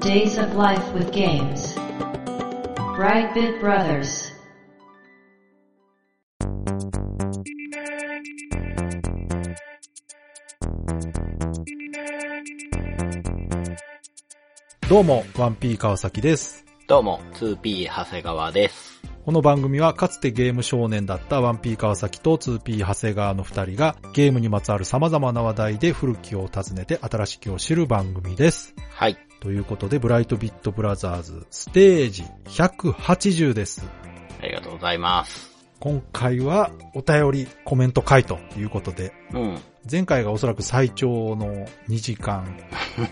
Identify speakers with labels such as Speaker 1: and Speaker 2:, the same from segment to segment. Speaker 1: Days of Life with Games. Brightbit Brothers.
Speaker 2: どうも、ワンピー川崎です。
Speaker 3: どうも、2P 長谷川です。
Speaker 2: この番組はかつてゲーム少年だったワンピー川崎と 2P 長谷川の二人がゲームにまつわる様々な話題で古きを訪ねて新しきを知る番組です。
Speaker 3: はい。
Speaker 2: ということで、ブライトビットブラザーズステージ180です。
Speaker 3: ありがとうございます。
Speaker 2: 今回はお便り、コメント回ということで、
Speaker 3: うん。
Speaker 2: 前回がおそらく最長の2時間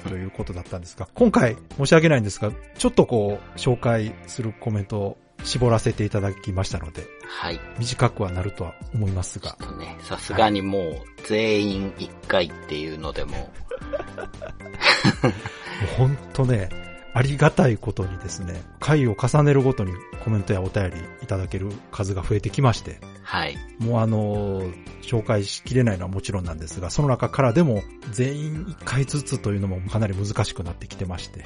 Speaker 2: ということだったんですが、 今回申し訳ないんですが、ちょっとこう、紹介するコメントを絞らせていただきましたので、
Speaker 3: はい。
Speaker 2: 短くはなるとは思います
Speaker 3: ちょっ
Speaker 2: が、
Speaker 3: とね、さすがにもう、全員1回っていうのでも、
Speaker 2: もうほんとね、ありがたいことにですね、回を重ねるごとにコメントやお便りいただける数が増えてきまして、
Speaker 3: はい。
Speaker 2: もうあのー紹介しきれないのはもちろんなんですが、その中からでも全員1回ずつというのもかなり難しくなってきてまして、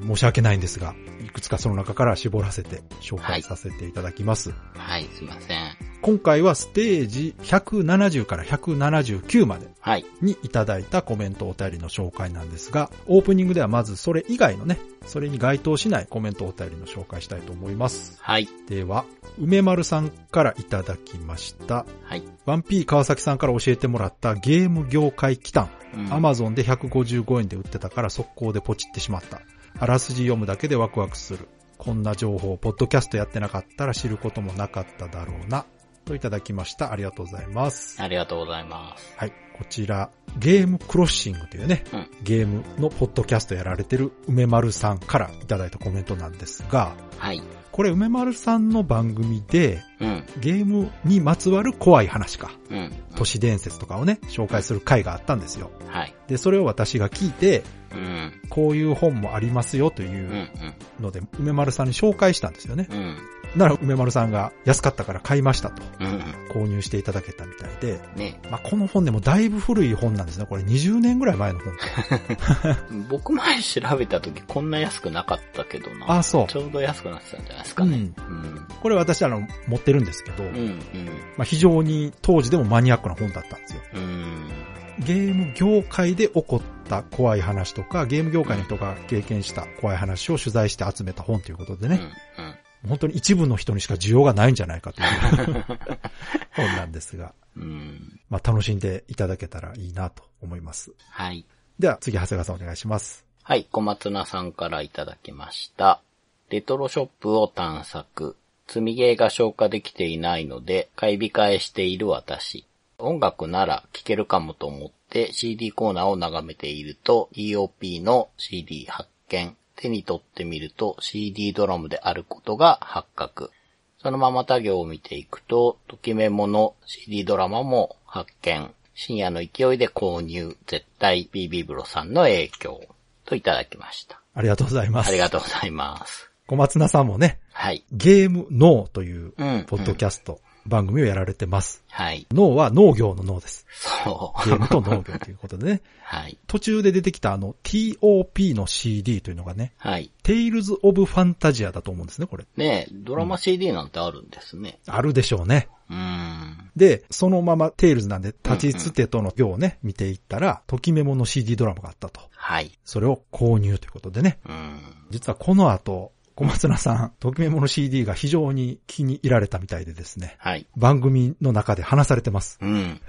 Speaker 3: うん。
Speaker 2: 申し訳ないんですが、いくつかその中から絞らせて紹介させていただきます。
Speaker 3: はい、すいません。
Speaker 2: 今回はステージ170から179まで
Speaker 3: はい。
Speaker 2: にいただいたコメントお便りの紹介なんですが、オープニングではまずそれ以外のね、それに該当しないコメントお便りの紹介したいと思います。
Speaker 3: はい。
Speaker 2: では、梅丸さんからいただきました。
Speaker 3: はい。
Speaker 2: 1P 川崎さんから教えてもらったゲーム業界機関。
Speaker 3: うん
Speaker 2: アマゾンで155円で売ってたから速攻でポチってしまった。あらすじ読むだけでワクワクする。こんな情報、ポッドキャストやってなかったら知ることもなかっただろうな。といただきました。ありがとうございます。
Speaker 3: ありがとうございます。
Speaker 2: はい。こちら、ゲームクロッシングというね、
Speaker 3: うん
Speaker 2: ゲームのポッドキャストやられてる梅丸さんからいただいたコメントなんですが、
Speaker 3: はい。
Speaker 2: これ梅丸さんの番組で、
Speaker 3: うん。
Speaker 2: ゲームにまつわる怖い話か、
Speaker 3: うん。
Speaker 2: 都市伝説とかをね、紹介する回があったんですよ。
Speaker 3: はい。
Speaker 2: で、それを私が聞いて、
Speaker 3: うん。
Speaker 2: こういう本もありますよと
Speaker 3: うん。
Speaker 2: いうので、梅丸さんに紹介したんですよね
Speaker 3: うん。。うん。
Speaker 2: なら梅丸さんが安かったから買いましたと、
Speaker 3: うん。
Speaker 2: 購入していただけたみたいで、
Speaker 3: ね、
Speaker 2: まあ、この本でもだいぶ古い本なんですね。これ20年ぐらい前の本。
Speaker 3: 僕前調べた時こんな安くなかったけどな。
Speaker 2: あ、そ
Speaker 3: ちょうど安くなってたんじゃないです
Speaker 2: う。う
Speaker 3: かね。
Speaker 2: ん。
Speaker 3: うん。
Speaker 2: これ私あの、持ってるんですけど、
Speaker 3: うん。うん。
Speaker 2: まあ、非常に当時でもマニアックな本だったんですよ。
Speaker 3: うん。
Speaker 2: ゲーム業界で起こった怖い話とか、ゲーム業界の人が経験した怖い話を取材して集めた本ということで
Speaker 3: う
Speaker 2: ね、
Speaker 3: ん。うん。
Speaker 2: 本当に一部の人にしか需要がないんじゃないかという 本なんですが、
Speaker 3: うん。
Speaker 2: まあ、楽しんでいただけたらいいなと思います。
Speaker 3: はい。
Speaker 2: では次、長谷川さんお願いします。
Speaker 3: はい、小松菜さんからいただきました。レトロショップを探索。積みゲーが消化できていないので、買い控えしている私。音楽なら聴けるかもと思って CD コーナーを眺めていると EOP の CD 発見。手に取ってみると CD ドラムであることが発覚。そのまま他行を見ていくと、ときメモの CD ドラマも発見。深夜の勢いで購入。絶対 BB ブロさんの影響。といただきました。
Speaker 2: ありがとうございます。
Speaker 3: ありがとうございます。
Speaker 2: 小松菜さんもね、
Speaker 3: はい。
Speaker 2: ゲーム脳という
Speaker 3: うん
Speaker 2: ポッドキャスト番組をやられてます。
Speaker 3: はい。
Speaker 2: 脳は農業の脳です。
Speaker 3: そう。
Speaker 2: ゲ ームと農業ということでね、
Speaker 3: はい。
Speaker 2: 途中で出てきたあの TOP の CD というのがね、
Speaker 3: はい。
Speaker 2: Tales of Fantasia だと思うんですね、これ。
Speaker 3: ねえ、ドラマ CD なんてあるんですね。
Speaker 2: あるでしょうね。
Speaker 3: うーん。
Speaker 2: で、そのまま Tales なんで、立ちつてとの行をね、見ていったら、ときメモの CD ドラマがあったと。
Speaker 3: はい。
Speaker 2: それを購入ということでね。
Speaker 3: うん。
Speaker 2: 実はこの後、小松菜さん、ときメモの CD が非常に気に入られたみたいでですね。
Speaker 3: はい。
Speaker 2: 番組の中で話されてます。
Speaker 3: うん。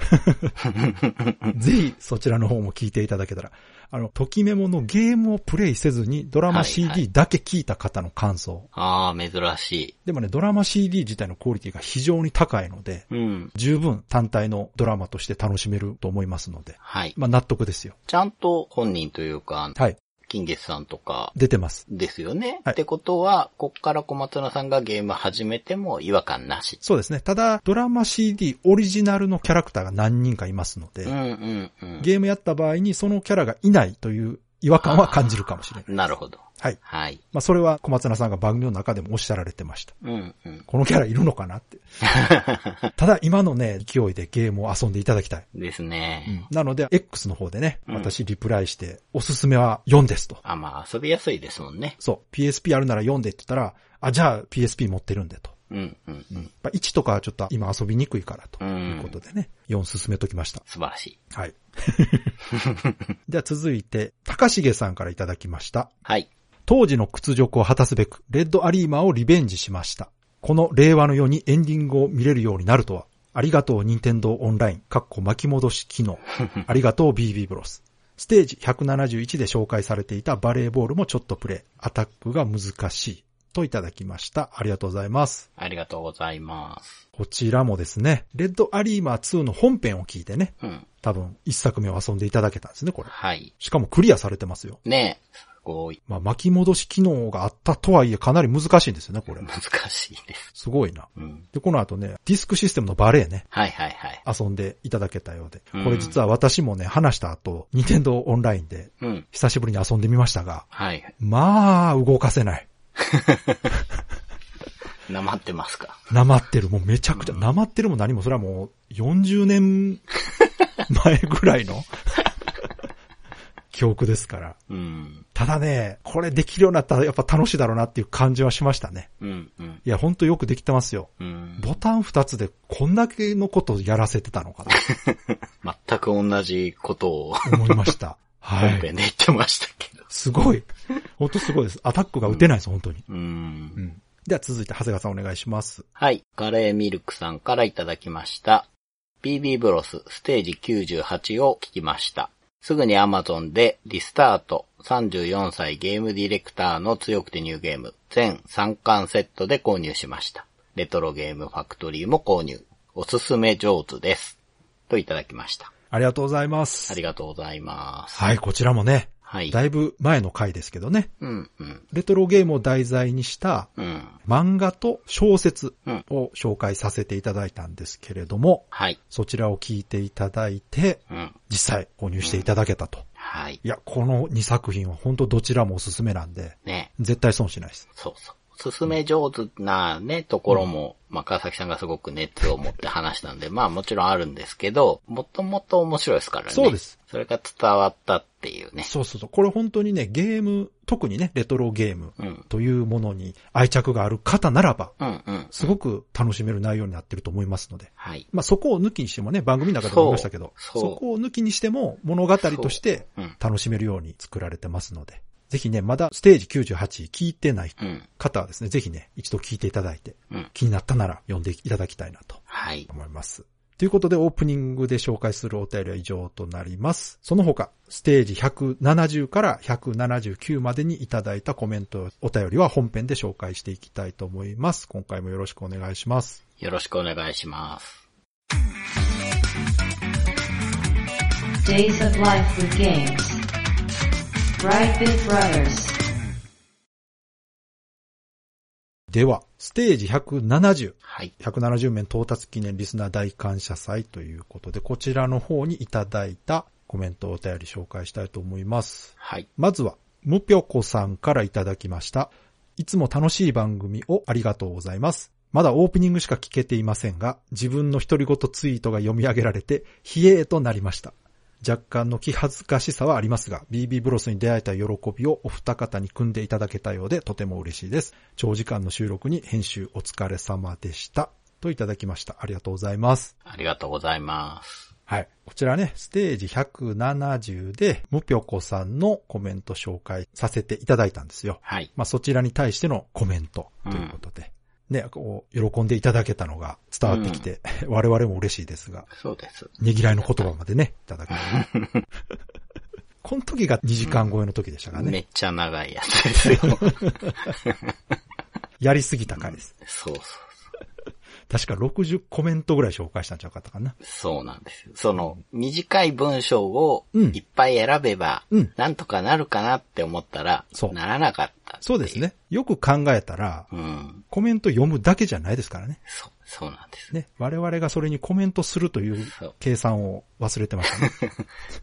Speaker 2: ぜひそちらの方も聞いていただけたら。あの、ときメモのゲームをプレイせずにドラマ
Speaker 3: はいは
Speaker 2: CD
Speaker 3: い
Speaker 2: だけ聞いた方の感想。
Speaker 3: ああ、珍し
Speaker 2: でもね、ドラマ CD 自体のクオリティが非常に高いので、
Speaker 3: い。うん。
Speaker 2: 十分単体のドラマとして楽しめると思いますので、
Speaker 3: はい。
Speaker 2: まあ納得ですよ。
Speaker 3: ちゃんと本人というか、
Speaker 2: はい。
Speaker 3: 金月さんとか
Speaker 2: 出てます。
Speaker 3: ですよね。
Speaker 2: はい
Speaker 3: ってことは、こっから小松菜さんがゲーム始めても違和感なし。
Speaker 2: そうですね。ただ、ドラマ CD オリジナルのキャラクターが何人かいますので、
Speaker 3: うんうんうん。
Speaker 2: ゲームやった場合にそのキャラがいないという違和感は感じるかもしれない。
Speaker 3: なるほど。
Speaker 2: はい。
Speaker 3: はい。
Speaker 2: まあ、それは小松菜さんが番組の中でもおっしゃられてました。
Speaker 3: うんうん。
Speaker 2: このキャラいるのかなっ て。ただ、今のね、勢いでゲームを遊んでいただきたい。
Speaker 3: ですね。
Speaker 2: なので、X の方でね、
Speaker 3: うん
Speaker 2: 私リプライして、おすすめは4ですと。
Speaker 3: あ、まあ遊びやすいですもんね。
Speaker 2: そう、PSP あるなら4でって言ったら、あ、じゃあ PSP 持ってるんでと。
Speaker 3: うんうんうん。
Speaker 2: まあ1とかはちょっと今遊びにくいからと
Speaker 3: うん
Speaker 2: いうことでね、4進めときました。
Speaker 3: 素晴らしい。
Speaker 2: はい。 では続いて、高重さんからいただきました。
Speaker 3: はい。
Speaker 2: 当時の屈辱を果たすべく、レッドアリーマーをリベンジしました。この令和の世にエンディングを見れるようになるとは、ありがとう任天堂オンライン、かっこ巻き戻し機能、ありがとう BB ブロス。ステージ171で紹介されていたバレーボールもちょっとプレイ、アタックが難しい、といただきました。ありがとうございます。
Speaker 3: ありがとうございます。
Speaker 2: こちらもですね、レッドアリーマー2の本編を聞いてね、
Speaker 3: うん。
Speaker 2: 多分一作目を遊んでいただけたんですね、これ。
Speaker 3: はい。
Speaker 2: しかもクリアされてますよ。
Speaker 3: ねえ。すごい。
Speaker 2: まあ巻き戻し機能があったとはいえかなり難しいんですよね、これ。
Speaker 3: 難しいです。
Speaker 2: すごいな。
Speaker 3: うん。
Speaker 2: で、この後ね、ディスクシステムのバレーね、
Speaker 3: はいはいはい。
Speaker 2: 遊んでいただけたようで。
Speaker 3: うん
Speaker 2: これ実は私もね、話した後、任天堂オンラインで
Speaker 3: うん。
Speaker 2: 久しぶりに遊んでみましたが、
Speaker 3: はい。
Speaker 2: まあ、動かせない。
Speaker 3: なまってますか。
Speaker 2: なまってる。もうめちゃくちゃ、なまってるも何も、それはもう40年 前ぐらいの記憶ですから。
Speaker 3: うん。
Speaker 2: ただね、これできるようになったらやっぱ楽しいだろうなっていう感じはしましたね。
Speaker 3: うんうん。
Speaker 2: いや、ほんとよくできてますよ。
Speaker 3: うん。
Speaker 2: ボタン二つでこんだけのことやらせてたのかな。
Speaker 3: 全く同じことを
Speaker 2: 思いま した。は
Speaker 3: 本
Speaker 2: い。
Speaker 3: 編で言ってましたけど。
Speaker 2: すごい。本当すごいです。アタックが打てないです、本当に。
Speaker 3: うん
Speaker 2: う。ん。では続いて、長谷川さんお願いします。
Speaker 3: はい。カレーミルクさんからいただきました。BB ブロスステージ98を聞きました。すぐに Amazon でリスタート34歳ゲームディレクターの強くてニューゲーム全3巻セットで購入しました。レトロゲームファクトリーも購入。おすすめ上手です。といただきました。
Speaker 2: ありがとうございま
Speaker 3: あ
Speaker 2: す。
Speaker 3: りがとうございます。
Speaker 2: はい、こちらもね、
Speaker 3: はい。
Speaker 2: だいぶ前の回ですけどね、
Speaker 3: うん、うん、
Speaker 2: レトロゲームを題材にした
Speaker 3: うん。
Speaker 2: 漫画と小説
Speaker 3: うん
Speaker 2: を紹介させていただいたんですけれども、
Speaker 3: はい。
Speaker 2: そちらを聞いていただいて、
Speaker 3: うん。
Speaker 2: 実際購入していただけたと。
Speaker 3: はい。
Speaker 2: いや、この2作品は本当どちらもおすすめなんで、
Speaker 3: ね。
Speaker 2: 絶対損しないです。
Speaker 3: そうそう。おすすめ上手なね、ところも、まあ、川崎さんがすごく熱を持って話したんで、まあもちろんあるんですけど、もともと面白いですからね。
Speaker 2: そうです。
Speaker 3: それが伝わったっていうね。
Speaker 2: そうそうそう。これ本当にね、ゲーム、特にね、レトロゲーム
Speaker 3: うん。
Speaker 2: というものに愛着がある方ならば、
Speaker 3: うんうん。
Speaker 2: すごく楽しめる内容になってると思いますので。
Speaker 3: はい。
Speaker 2: まあそこを抜きにしてもね、番組の中でも言いましたけど、
Speaker 3: そ
Speaker 2: そう
Speaker 3: そう
Speaker 2: こを抜きにしても物語として
Speaker 3: うん。
Speaker 2: 楽しめるように作られてますので、ぜひね、まだステージ98聞いてない
Speaker 3: うん。
Speaker 2: 方はですね、ぜひね、一度聞いていただいて、
Speaker 3: うん。
Speaker 2: 気になったなら読んでいただきたいなと
Speaker 3: はい。
Speaker 2: 思います。ということで、オープニングで紹介するお便りは以上となります。その他、ステージ170から179までにいただいたコメント、お便りは本編で紹介していきたいと思います。今回もよろしくお願いします。
Speaker 3: よろしくお願いします。
Speaker 1: Days of Life with Games. Brightbit Brothers.
Speaker 2: では、ステージ170。
Speaker 3: はい。
Speaker 2: 170面到達記念リスナー大感謝祭ということで、こちらの方にいただいたコメントお便り紹介したいと思います。
Speaker 3: はい。
Speaker 2: まずは、むぴょこさんからいただきました。いつも楽しい番組をありがとうございます。まだオープニングしか聞けていませんが、自分の独り言ツイートが読み上げられて、冷えとなりました。若干の気恥ずかしさはありますが、BB ブロスに出会えた喜びをお二方に組んでいただけたようでとても嬉しいです。長時間の収録に編集お疲れ様でした。といただきました。ありがとうございます。
Speaker 3: ありがとうございます。
Speaker 2: はい。こちらね、ステージ170で、むぴょこさんのコメント紹介させていただいたんですよ。
Speaker 3: はい。
Speaker 2: まあ、そちらに対してのコメントということで。ね、こう、喜んでいただけたのが伝わってき て、我々も嬉しいですが、
Speaker 3: そうです。
Speaker 2: ねぎらいの言葉までね、いただく。 この時が2時間超えの時でしたから
Speaker 3: め
Speaker 2: ね。
Speaker 3: っちゃ長いやつで すよ。
Speaker 2: やりすぎた回です。
Speaker 3: そうそう。
Speaker 2: 確か60コメントぐらい紹介したんちゃうかったかな。
Speaker 3: そうなんですよ。その、短い文章を
Speaker 2: うん
Speaker 3: いっぱい選べば
Speaker 2: うん、
Speaker 3: なんとかなるかなって思ったら
Speaker 2: そ、う
Speaker 3: ならなかった。
Speaker 2: そうですね。よく考えたら
Speaker 3: う。、ん。
Speaker 2: コメント読むだけじゃないですからね。
Speaker 3: そう。そうなんです。
Speaker 2: ね、我々がそれにコメントするという
Speaker 3: そう
Speaker 2: 計算を忘れてました ね。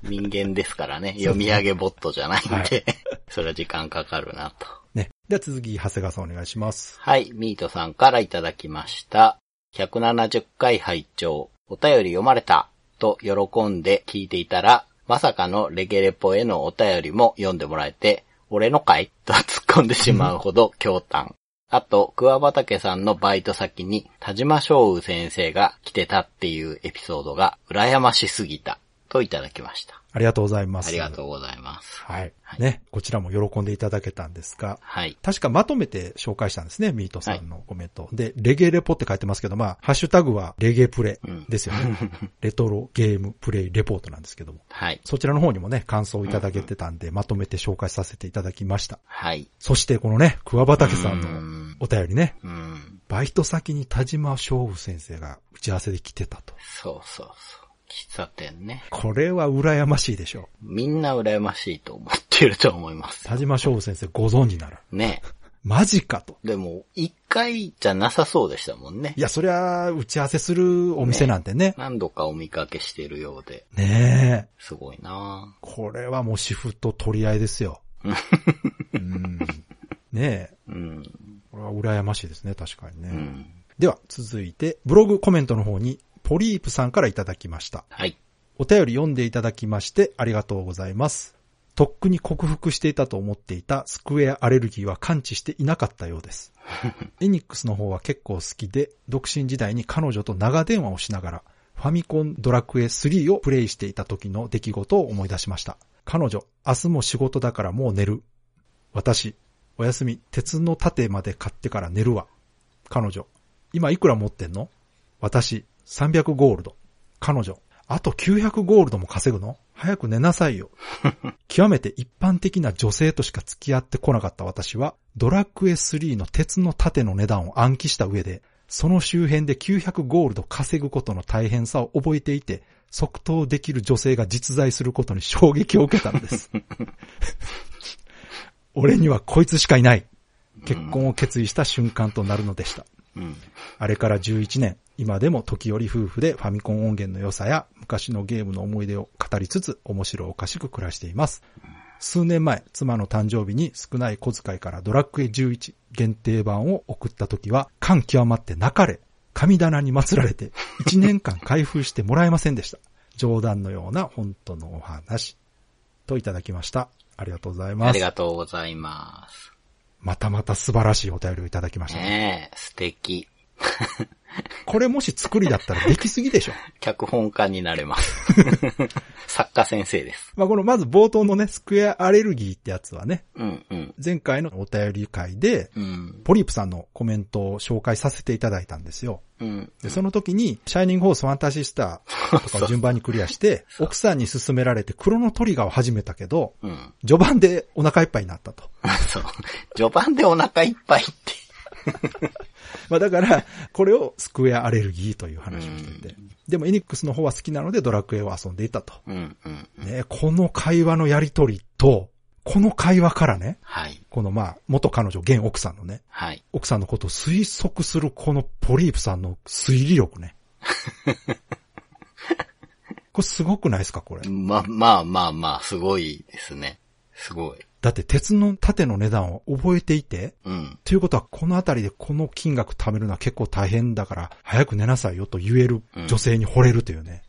Speaker 3: 人間ですからね、
Speaker 2: そう
Speaker 3: 読み上げボットじゃないんで、
Speaker 2: は
Speaker 3: それは時間かかるなと。
Speaker 2: ね。では続き、長谷川さんお願いします。
Speaker 3: はい、ミートさんからいただきました。170回拝聴お便り読まれたと喜んで聞いていたら、まさかのレゲレポへのお便りも読んでもらえて、俺のかいと突っ込んでしまうほど驚嘆。あと、桑畑さんのバイト先に田島翔雨先生が来てたっていうエピソードが羨ましすぎたといただきました。
Speaker 2: ありがとうございます。
Speaker 3: ありがと
Speaker 2: う。
Speaker 3: うございます。
Speaker 2: はい
Speaker 3: は。い
Speaker 2: ね、こちらも喜んでいただけたんですが、
Speaker 3: はい。
Speaker 2: 確かまとめて紹介したんですね、ミートさんのコメント。で、レゲレポって書いてますけど、まあ、ハッシュタグはレゲプレ
Speaker 3: うん
Speaker 2: ですよね。 レトロゲームプレイレポートなんですけども。
Speaker 3: はい。
Speaker 2: そちらの方にもね、感想をいただけてたんで、まとめて紹介させていただきました。
Speaker 3: はい。
Speaker 2: そしてこのね、桑畑さん
Speaker 3: う
Speaker 2: の
Speaker 3: ん
Speaker 2: お便りね、
Speaker 3: うん。
Speaker 2: バイト先に田島翔夫先生が打ち合わせで来てたと。
Speaker 3: そうそうそう。喫茶店ね。
Speaker 2: これは羨ましいでしょう。
Speaker 3: みんな羨ましいと思ってると思います。
Speaker 2: 田島翔夫先生ご存知なら。
Speaker 3: ね。
Speaker 2: マジかと。
Speaker 3: でも、一回じゃなさそうでしたもんね
Speaker 2: い。や、そりゃ、打ち合わせするお店なんてね。
Speaker 3: 何度かお見かけしてるようで、
Speaker 2: ねえ。
Speaker 3: すごいな
Speaker 2: これはもうシフト取り合いです よ。うんねえ。
Speaker 3: ぁうん。
Speaker 2: これは羨ましいですね、確かにね。
Speaker 3: うん。
Speaker 2: では、続いて、ブログコメントの方に、ポリープさんからいただきました。
Speaker 3: はい。
Speaker 2: お便り読んでいただきましてありがとうございます。とっくに克服していたと思っていたスクエアアレルギーは感知していなかったようです。エニックスの方は結構好きで、独身時代に彼女と長電話をしながら、ファミコンドラクエ3をプレイしていた時の出来事を思い出しました。彼女、明日も仕事だからもう寝る。私、おやすみ、鉄の盾まで買ってから寝るわ。彼女、今いくら持ってんの私、300ゴールド。彼女、あと900ゴールドも稼ぐの早く寝なさいよ。極めて一般的な女性としか付き合ってこなかった私は、ドラクエ3の鉄の盾の値段を暗記した上で、その周辺で900ゴールド稼ぐことの大変さを覚えていて、即答できる女性が実在することに衝撃を受けたのです。俺にはこいつしかいない。結婚を決意した瞬間となるのでした。
Speaker 3: うん。
Speaker 2: あれから11年、今でも時折夫婦でファミコン音源の良さや昔のゲームの思い出を語りつつ面白おかしく暮らしています。数年前、妻の誕生日に少ない小遣いからドラッグエ11限定版を送った時は感極まって泣かれ、神棚に祀られて1年間開封してもらえませんでした。冗談のような本当のお話。といただきました。ありがとうござい
Speaker 3: あ
Speaker 2: ま
Speaker 3: り
Speaker 2: す。
Speaker 3: がとうございます。
Speaker 2: またまた素晴らしいお便りをいただきましたね。
Speaker 3: ねえ、素敵。
Speaker 2: これもし作りだったらできすぎでしょ。
Speaker 3: 脚本家になれ ます。作家先生です。
Speaker 2: まあ、このまず冒頭のね、スクエアアレルギーってやつはね、
Speaker 3: うん、うん。
Speaker 2: 前回のお便り会で、
Speaker 3: うん、
Speaker 2: ポリープさんのコメントを紹介させていただいたんですよ。
Speaker 3: うん。
Speaker 2: で、その時に、シャイニングホースファンタシースターとかを順番にクリアして、奥さんに勧められてクロノトリガーを始めたけど、
Speaker 3: うん。
Speaker 2: 序盤でお腹いっぱいになったと。
Speaker 3: そう。序盤でお腹いっぱいって。
Speaker 2: まあだから、これをスクエアアレルギーという話をしてて。でもエニックスの方は好きなのでドラクエを遊んでいたと。
Speaker 3: うん、うん。
Speaker 2: ね、この会話のやりとりと、この会話からね、
Speaker 3: はい、
Speaker 2: このまあ、元彼女、現奥さんのね、
Speaker 3: はい。
Speaker 2: 奥さんのことを推測するこのポリープさんの推理力 ね。これすごくないですかこれ。
Speaker 3: ま、まあまあまあ、すごいですね。すごい。
Speaker 2: だって鉄の盾の値段を覚えていて、
Speaker 3: うん。
Speaker 2: ということはこのあたりでこの金額貯めるのは結構大変だから、早く寝なさいよと言える女性に惚れるというね。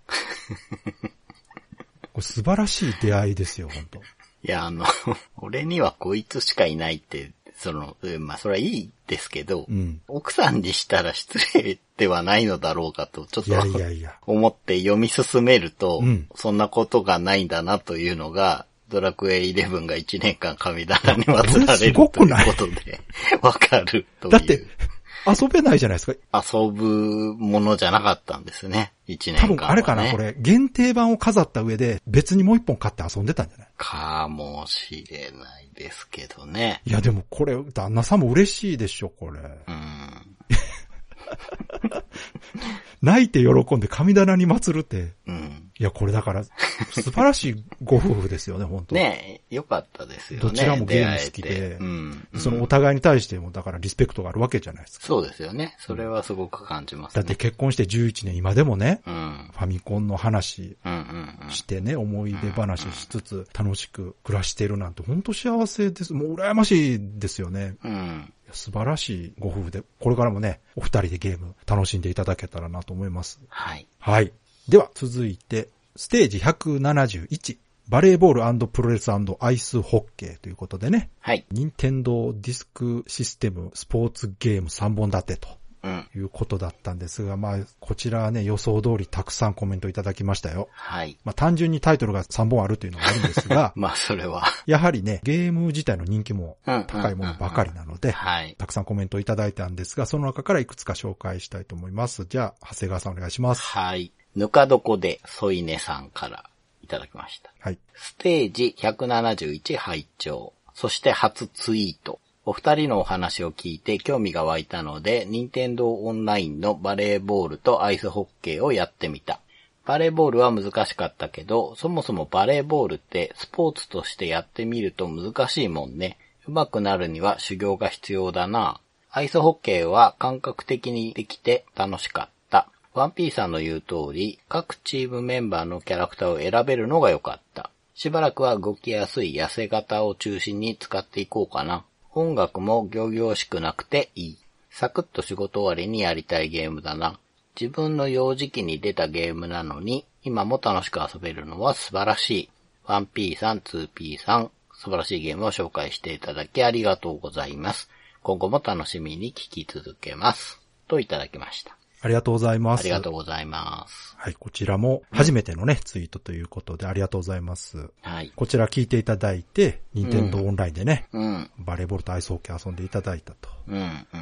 Speaker 2: これ素晴らしい出会いですよ、本当
Speaker 3: いや、あの、 俺にはこいつしかいないって、その、うんまあ、それはいいですけど、
Speaker 2: うん。
Speaker 3: 奥さんにしたら失礼ではないのだろうかと、ちょっ
Speaker 2: い
Speaker 3: と
Speaker 2: やいやいや。
Speaker 3: 思って読み進めると、
Speaker 2: うん
Speaker 3: そんなことがないんだなというのが、ドラクエ11が1年間神棚に祀られる
Speaker 2: これすご
Speaker 3: と
Speaker 2: く
Speaker 3: い
Speaker 2: ないう
Speaker 3: ことで、わかるという。
Speaker 2: だって、遊べないじゃないですか。
Speaker 3: 遊ぶものじゃなかったんですね。一年
Speaker 2: 多
Speaker 3: 間、ね。
Speaker 2: 分あれかな、こ。れ。限定版を飾った上で別にもう一本買って遊んでたんじゃない
Speaker 3: かもしれないですけどね。
Speaker 2: いやでもこれ、旦那さんも嬉しいでしょ、これ。
Speaker 3: うん。
Speaker 2: 泣いて喜んで神棚に祀るって、
Speaker 3: うん。
Speaker 2: いや、これだから、素晴らしいご夫婦ですよね、本当
Speaker 3: ねえ、良かったですよね。
Speaker 2: どちらもゲーム好きで
Speaker 3: 出会えてうん。
Speaker 2: その
Speaker 3: う
Speaker 2: お
Speaker 3: ん
Speaker 2: 互いに対しても、だからリスペクトがあるわけじゃないですか。
Speaker 3: そうですよね。それはすごく感じます
Speaker 2: だ
Speaker 3: ね。
Speaker 2: って結婚して11年、今でもね、
Speaker 3: うん。
Speaker 2: ファミコンの話
Speaker 3: うんうんうん。
Speaker 2: してね、思い出話しつつ、楽しく暮らしてるなんて、本当幸せです。もう羨ましいですよね。
Speaker 3: うん。
Speaker 2: 素晴らしいご夫婦で、これからもね、お二人でゲーム楽しんでいただけたらなと思います。
Speaker 3: はい。
Speaker 2: はい。では、続いて、ステージ171、バレーボールプロレスアイスホッケーということでね、
Speaker 3: はい。
Speaker 2: 任天堂ディスクシステムスポーツゲーム3本立てと
Speaker 3: うん。
Speaker 2: いうことだったんですが、まあ、こちらはね、予想通りたくさんコメントいただきましたよ。
Speaker 3: はい。
Speaker 2: まあ、単純にタイトルが3本あるというのもあるんですが
Speaker 3: 、まあ、それは。
Speaker 2: やはりね、ゲーム自体の人気も
Speaker 3: 高
Speaker 2: 高いものばかりなので、
Speaker 3: はい。
Speaker 2: たくさんコメントいただいたんですが、その中からいくつか紹介したいと思います。じゃあ、長谷川さんお願いします。
Speaker 3: はい。ぬか床で添い寝さんからいただきました。
Speaker 2: はい。
Speaker 3: ステージ171拝聴そして初ツイート。お二人のお話を聞いて興味が湧いたので、任天堂オンラインのバレーボールとアイスホッケーをやってみた。バレーボールは難しかったけど、そもそもバレーボールってスポーツとしてやってみると難しいもんね。上手くなるには修行が必要だな。アイスホッケーは感覚的にできて楽しかった。ワンピーさんの言う通り、各チームメンバーのキャラクターを選べるのが良かった。しばらくは動きやすい痩せ型を中心に使っていこうかな。音楽も行々しくなくていい。サクッと仕事終わりにやりたいゲームだな。自分の幼児期に出たゲームなのに、今も楽しく遊べるのは素晴らしい。1P さん、2P さん、素晴らしいゲームを紹介していただきありがとうございます。今後も楽しみに聞き続けます。といただきました。
Speaker 2: ありがとうございます。
Speaker 3: ありがとう
Speaker 2: う。
Speaker 3: ございます。
Speaker 2: はい、こちらも初めてのね、ツイートということでありがとうございます。
Speaker 3: はい。
Speaker 2: こちら聞いていただいて、任天堂オンラインでね、
Speaker 3: うん、
Speaker 2: バレーボールとアイスホッケー遊んでいただいたと。
Speaker 3: うん、うん、うん。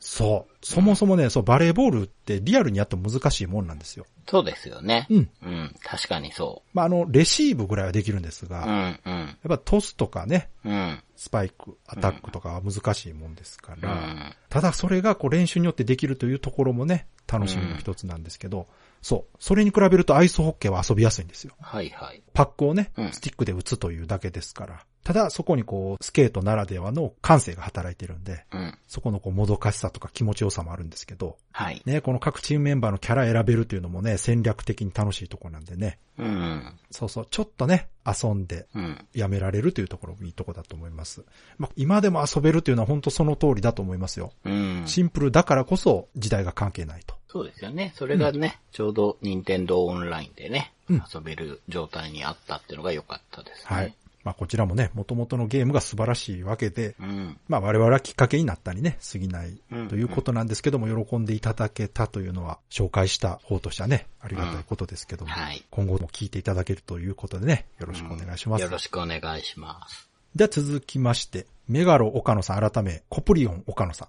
Speaker 2: そう。そもそもね、そう、バレーボールってリアルにやっても難しいもんなんですよ。
Speaker 3: そうですよね。
Speaker 2: うん。
Speaker 3: うん、確かにそ
Speaker 2: まあ、あの、レシーブぐらいはできるんですが、
Speaker 3: う。う
Speaker 2: やっ
Speaker 3: ん、うん、
Speaker 2: ぱトスとかね、
Speaker 3: うん、
Speaker 2: スパイク、アタックとかは難しいもんですか
Speaker 3: う
Speaker 2: ら、
Speaker 3: ん。
Speaker 2: ただそれがこう練習によってできるというところもね、楽しみの一つなんですけど、そう。それに比べるとアイスホッケーは遊びやすいんですよ。
Speaker 3: はいはい。
Speaker 2: パックをね
Speaker 3: うん、
Speaker 2: スティックで打つというだけですから。ただそこにこう、スケートならではの感性が働いてるんで、
Speaker 3: うん、
Speaker 2: そこのこう、もどかしさとか気持ちよさもあるんですけど、
Speaker 3: はい。
Speaker 2: ね、この各チームメンバーのキャラ選べるというのもね、戦略的に楽しいところなんでね。
Speaker 3: うん、
Speaker 2: そうそう、ちょっとね、遊んで
Speaker 3: うん、
Speaker 2: やめられるというところもいいとこだと思います。まあ、今でも遊べるというのは本当その通りだと思いますよ。
Speaker 3: うん。
Speaker 2: シンプルだからこそ時代が関係ないと。
Speaker 3: そうですよね。それがね、ちょうど任天堂オンラインでね、
Speaker 2: うん
Speaker 3: 遊べる状態にあったっていうのが良かったですね。
Speaker 2: はい。。まあこちらもね、元々のゲームが素晴らしいわけで、
Speaker 3: うん。
Speaker 2: まあ我々はきっかけになったにね、過ぎない
Speaker 3: うん
Speaker 2: ということなんですけども、喜んでいただけたというのは、紹介した方としてはね、ありがたいことですけども、
Speaker 3: うんはい
Speaker 2: 今後も聞いていただけるということでね、よろしくお願いします。
Speaker 3: よろしくお願いします。
Speaker 2: では続きまして、メガロ岡野さん改め、コプリオン岡野さん。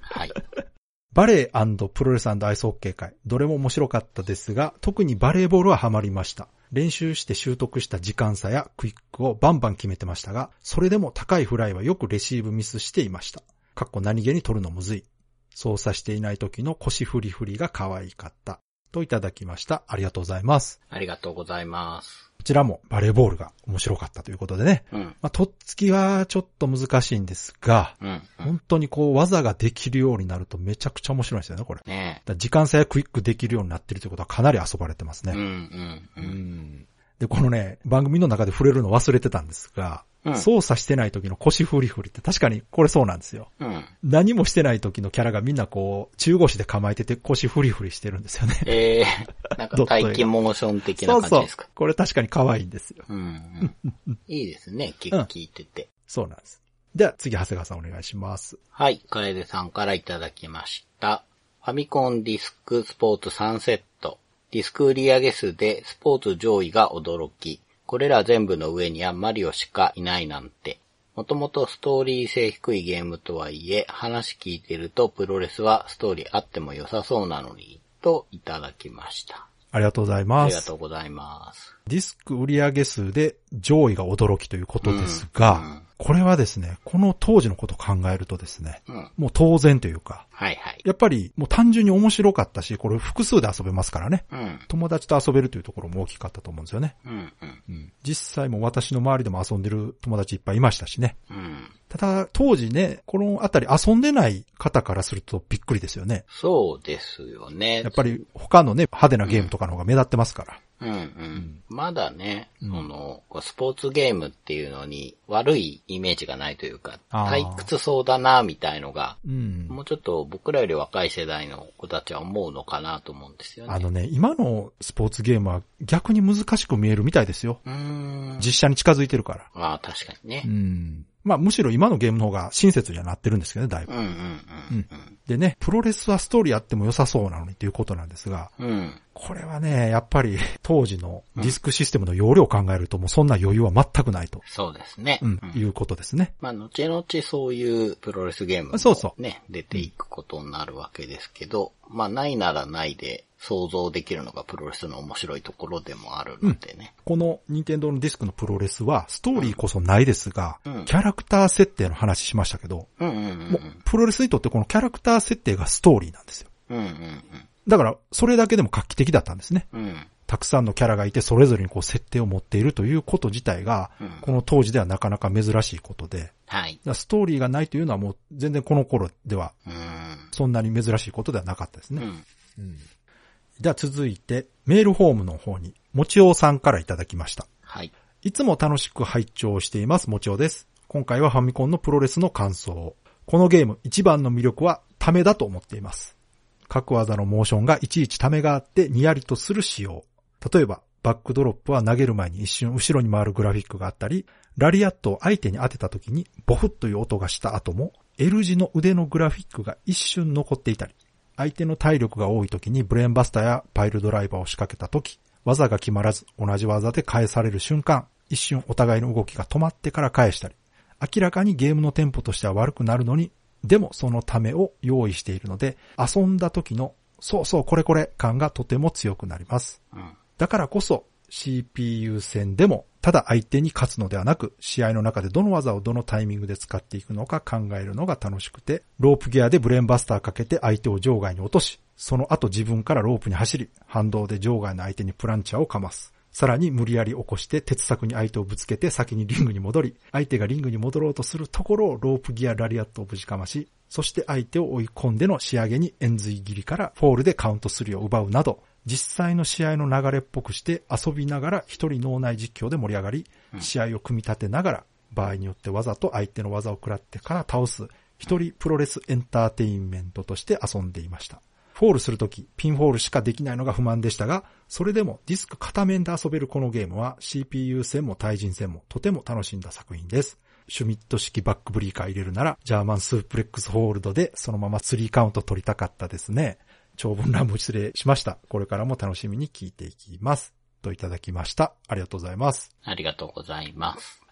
Speaker 3: はい。
Speaker 2: バレープロレスアイスホッケー会、どれも面白かったですが、特にバレーボールはハマりました。練習して習得した時間差やクイックをバンバン決めてましたが、それでも高いフライはよくレシーブミスしていました。かっこ何気に取るのむずい。操作していない時の腰フリフリが可愛かった。といただきました。ありがとうございます。
Speaker 3: ありがとうございます。
Speaker 2: こちらもバレーボールが面白かったということでね。
Speaker 3: うん。
Speaker 2: まあ、とっつきはちょっと難しいんですが、
Speaker 3: うん。うん
Speaker 2: 本当にこう技ができるようになるとめちゃくちゃ面白いんですよね、これ。
Speaker 3: ね
Speaker 2: だから時間差やクイックできるようになってるということはかなり遊ばれてます
Speaker 3: え。うん
Speaker 2: ね。
Speaker 3: う
Speaker 2: うんんで、このね、番組の中で触れるの忘れてたんですが、
Speaker 3: うん
Speaker 2: 操作してない時の腰フリフリって確かにこれそうなんですよ。
Speaker 3: うん。うん。
Speaker 2: 何もしてない時のキャラがみんなこう、中腰で構えてて腰フリフリしてるんですよね。
Speaker 3: ええー、 なんか待機モーション的
Speaker 2: そ
Speaker 3: な
Speaker 2: うそ
Speaker 3: 感
Speaker 2: う
Speaker 3: じですか。。
Speaker 2: これ確かに可愛いんですよ。
Speaker 3: うん うん。いいですね、き
Speaker 2: うん
Speaker 3: 聞いてて。
Speaker 2: そうなんです。では次、長谷川さんお願いします。
Speaker 3: はい、カエデさんからいただきました。ファミコンディスクスポーツ3セット。ディスク売上数でスポーツ上位が驚き。これら全部の上にはマリオしかいないなんて。もともとストーリー性低いゲームとはいえ、話聞いてるとプロレスはストーリーあっても良さそうなのに、といただきました。
Speaker 2: ありがとうござい
Speaker 3: あ
Speaker 2: ま
Speaker 3: りが
Speaker 2: す
Speaker 3: と。うございます。
Speaker 2: ディスク売上数で上位が驚きということですが、
Speaker 3: うんうん
Speaker 2: これはですね、この当時のことを考えるとですね、
Speaker 3: うん。
Speaker 2: もう当然というか、
Speaker 3: はいはい。
Speaker 2: やっぱりもう単純に面白かったし、これ複数で遊べますからね。
Speaker 3: うん。
Speaker 2: 友達と遊べるというところも大きかったと思うんですよね。
Speaker 3: うん。うん。
Speaker 2: うん。実際もう私の周りでも遊んでる友達いっぱいいましたしね。
Speaker 3: うん。
Speaker 2: ただ、当時ね、このあたり遊んでない方からするとびっくりですよね。
Speaker 3: そうですよね。
Speaker 2: やっぱり他のね、派手なゲームとかの方が目立ってますから。
Speaker 3: うんうん。まだね、その、こうスポーツゲームっていうのに悪いイメージがないというか、
Speaker 2: あー
Speaker 3: 退屈そうだな、みたいのが、
Speaker 2: うん。
Speaker 3: もうちょっと僕らより若い世代の子たちは思うのかなと思うんですよね。
Speaker 2: あのね、今のスポーツゲームは逆に難しく見えるみたいですよ。
Speaker 3: うーん。
Speaker 2: 実写に近づいてるから。
Speaker 3: まあ確かにね
Speaker 2: う。ん。まあむしろ今のゲームの方が親切にはなってるんですけどね、だいぶ
Speaker 3: うん。うんうん
Speaker 2: でね、プロレスはストーリーあっても良さそうなのにっていうことなんですが、
Speaker 3: うん。うん。
Speaker 2: これはね、やっぱり 当時のディスクシステムの容量を考えるともうそんな余裕は全くないと、
Speaker 3: そうですね。
Speaker 2: うん、いうことですね。
Speaker 3: まあ、後々そういうプロレスゲームも
Speaker 2: そうそ
Speaker 3: ね、出ていくことになるわけですけど、まあ、ないならないで想像できるのがプロレスの面白いところでもあるのでね。
Speaker 2: この任天堂のディスクのプロレスはストーリーこそないですが、
Speaker 3: うん
Speaker 2: キャラクター設定の話しましたけど、
Speaker 3: うんうんうん
Speaker 2: もうプロレスにとってこのキャラクター設定がストーリーなんですよ。
Speaker 3: うん。うん
Speaker 2: だから、それだけでも画期的だったんですね。
Speaker 3: うんうん。うん。
Speaker 2: たくさんのキャラがいて、それぞれにこう設定を持っているということ自体が
Speaker 3: うん、
Speaker 2: この当時ではなかなか珍しいことで、だか
Speaker 3: はい。
Speaker 2: らストーリーがないというのはもう全然この頃では
Speaker 3: うーん。
Speaker 2: そんなに珍しいことではなかったです
Speaker 3: う
Speaker 2: ね。
Speaker 3: ん。
Speaker 2: では続いて、メールフォームの方に、もちおさんからいただきました。
Speaker 3: はい。
Speaker 2: いつも楽しく拝聴しています、もちおです。今回はファミコンのプロレスの感想を。このゲーム、一番の魅力は、ためだと思っています。各技のモーションがいちいちためがあって、にやりとする仕様。例えば、バックドロップは投げる前に一瞬後ろに回るグラフィックがあったり、ラリアットを相手に当てた時に、ボフッという音がした後も、L 字の腕のグラフィックが一瞬残っていたり、相手の体力が多い時にブレーンバスターやパイルドライバーを仕掛けた時、技が決まらず同じ技で返される瞬間、一瞬お互いの動きが止まってから返したり、明らかにゲームのテンポとしては悪くなるのに、でもそのためを用意しているので、遊んだ時のそうそうこれこれ感がとても強くなります。
Speaker 3: うん。
Speaker 2: だからこそ CPU 戦でもただ相手に勝つのではなく試合の中でどの技をどのタイミングで使っていくのか考えるのが楽しくてロープギアでブレーンバスターかけて相手を場外に落としその後自分からロープに走り反動で場外の相手にプランチャーをかますさらに無理やり起こして鉄柵に相手をぶつけて先にリングに戻り相手がリングに戻ろうとするところをロープギアラリアットをぶちかましそして相手を追い込んでの仕上げに円髄切りからフォールでカウントスリーを奪うなど、実際の試合の流れっぽくして遊びながら一人脳内実況で盛り上がり、試合を組み立てながら、場合によってわざと相手の技を食らってから倒す、一人プロレスエンターテインメントとして遊んでいました。フォールするとき、ピンフォールしかできないのが不満でしたが、それでもディスク片面で遊べるこのゲームは CPU 戦も対人戦もとても楽しんだ作品です。シュミット式バックブリーカー入れるなら、ジャーマンスープレックスホールドでそのまま3カウント取りたかったですね。長文乱文失礼しました。これからも楽しみに聞いていきます。といただきました。ありがとうございます。
Speaker 3: ありがとうございます。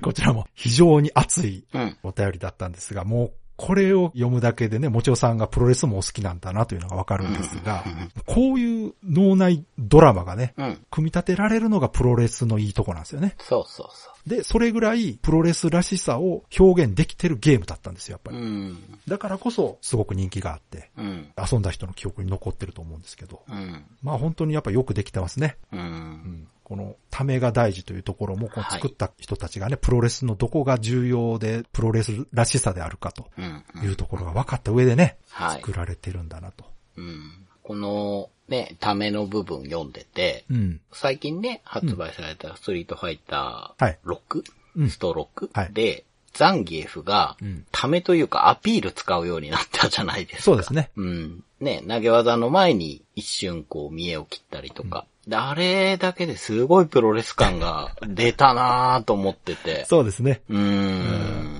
Speaker 2: こちらも非常に熱い
Speaker 3: うん。
Speaker 2: お便りだったんですが、もうこれを読むだけでね、もちおさんがプロレスもお好きなんだなというのがわかるんです が、こういう脳内ドラマがね、
Speaker 3: うん。
Speaker 2: 組み立てられるのがプロレスのいいとこなんですよね。
Speaker 3: そうそうそ
Speaker 2: で、それぐらいプロレスらしさを表現できてるゲームだったんですよ、やっぱ
Speaker 3: う。
Speaker 2: り。
Speaker 3: うん。
Speaker 2: だからこそ、すごく人気があって、
Speaker 3: うん。
Speaker 2: 遊んだ人の記憶に残ってると思うんですけど。
Speaker 3: うん。
Speaker 2: まあ本当にやっぱよくできてますね。
Speaker 3: うん。
Speaker 2: このためが大事というところも、こ
Speaker 3: は
Speaker 2: う
Speaker 3: い
Speaker 2: 作った人たちがね、プロレスのどこが重要で、プロレスらしさであるかと
Speaker 3: うん。うん
Speaker 2: いうところが分かった上でね、
Speaker 3: はい
Speaker 2: 作。られてるんだなと。
Speaker 3: うん。この、ね、ための部分読んでて、
Speaker 2: うん。
Speaker 3: 最近ね、発売されたストリートファイタ
Speaker 2: は
Speaker 3: ー
Speaker 2: い
Speaker 3: 6、
Speaker 2: うん
Speaker 3: スト6、
Speaker 2: はい
Speaker 3: で、ザンギエフが
Speaker 2: うん、
Speaker 3: ためというかアピール使うようになったじゃないですか。
Speaker 2: そうですね。
Speaker 3: うん。ね、投げ技の前に一瞬こう見栄を切ったりとか。であれだけですごいプロレス感 が出たなぁと思ってて。
Speaker 2: そうですね。
Speaker 3: うーん。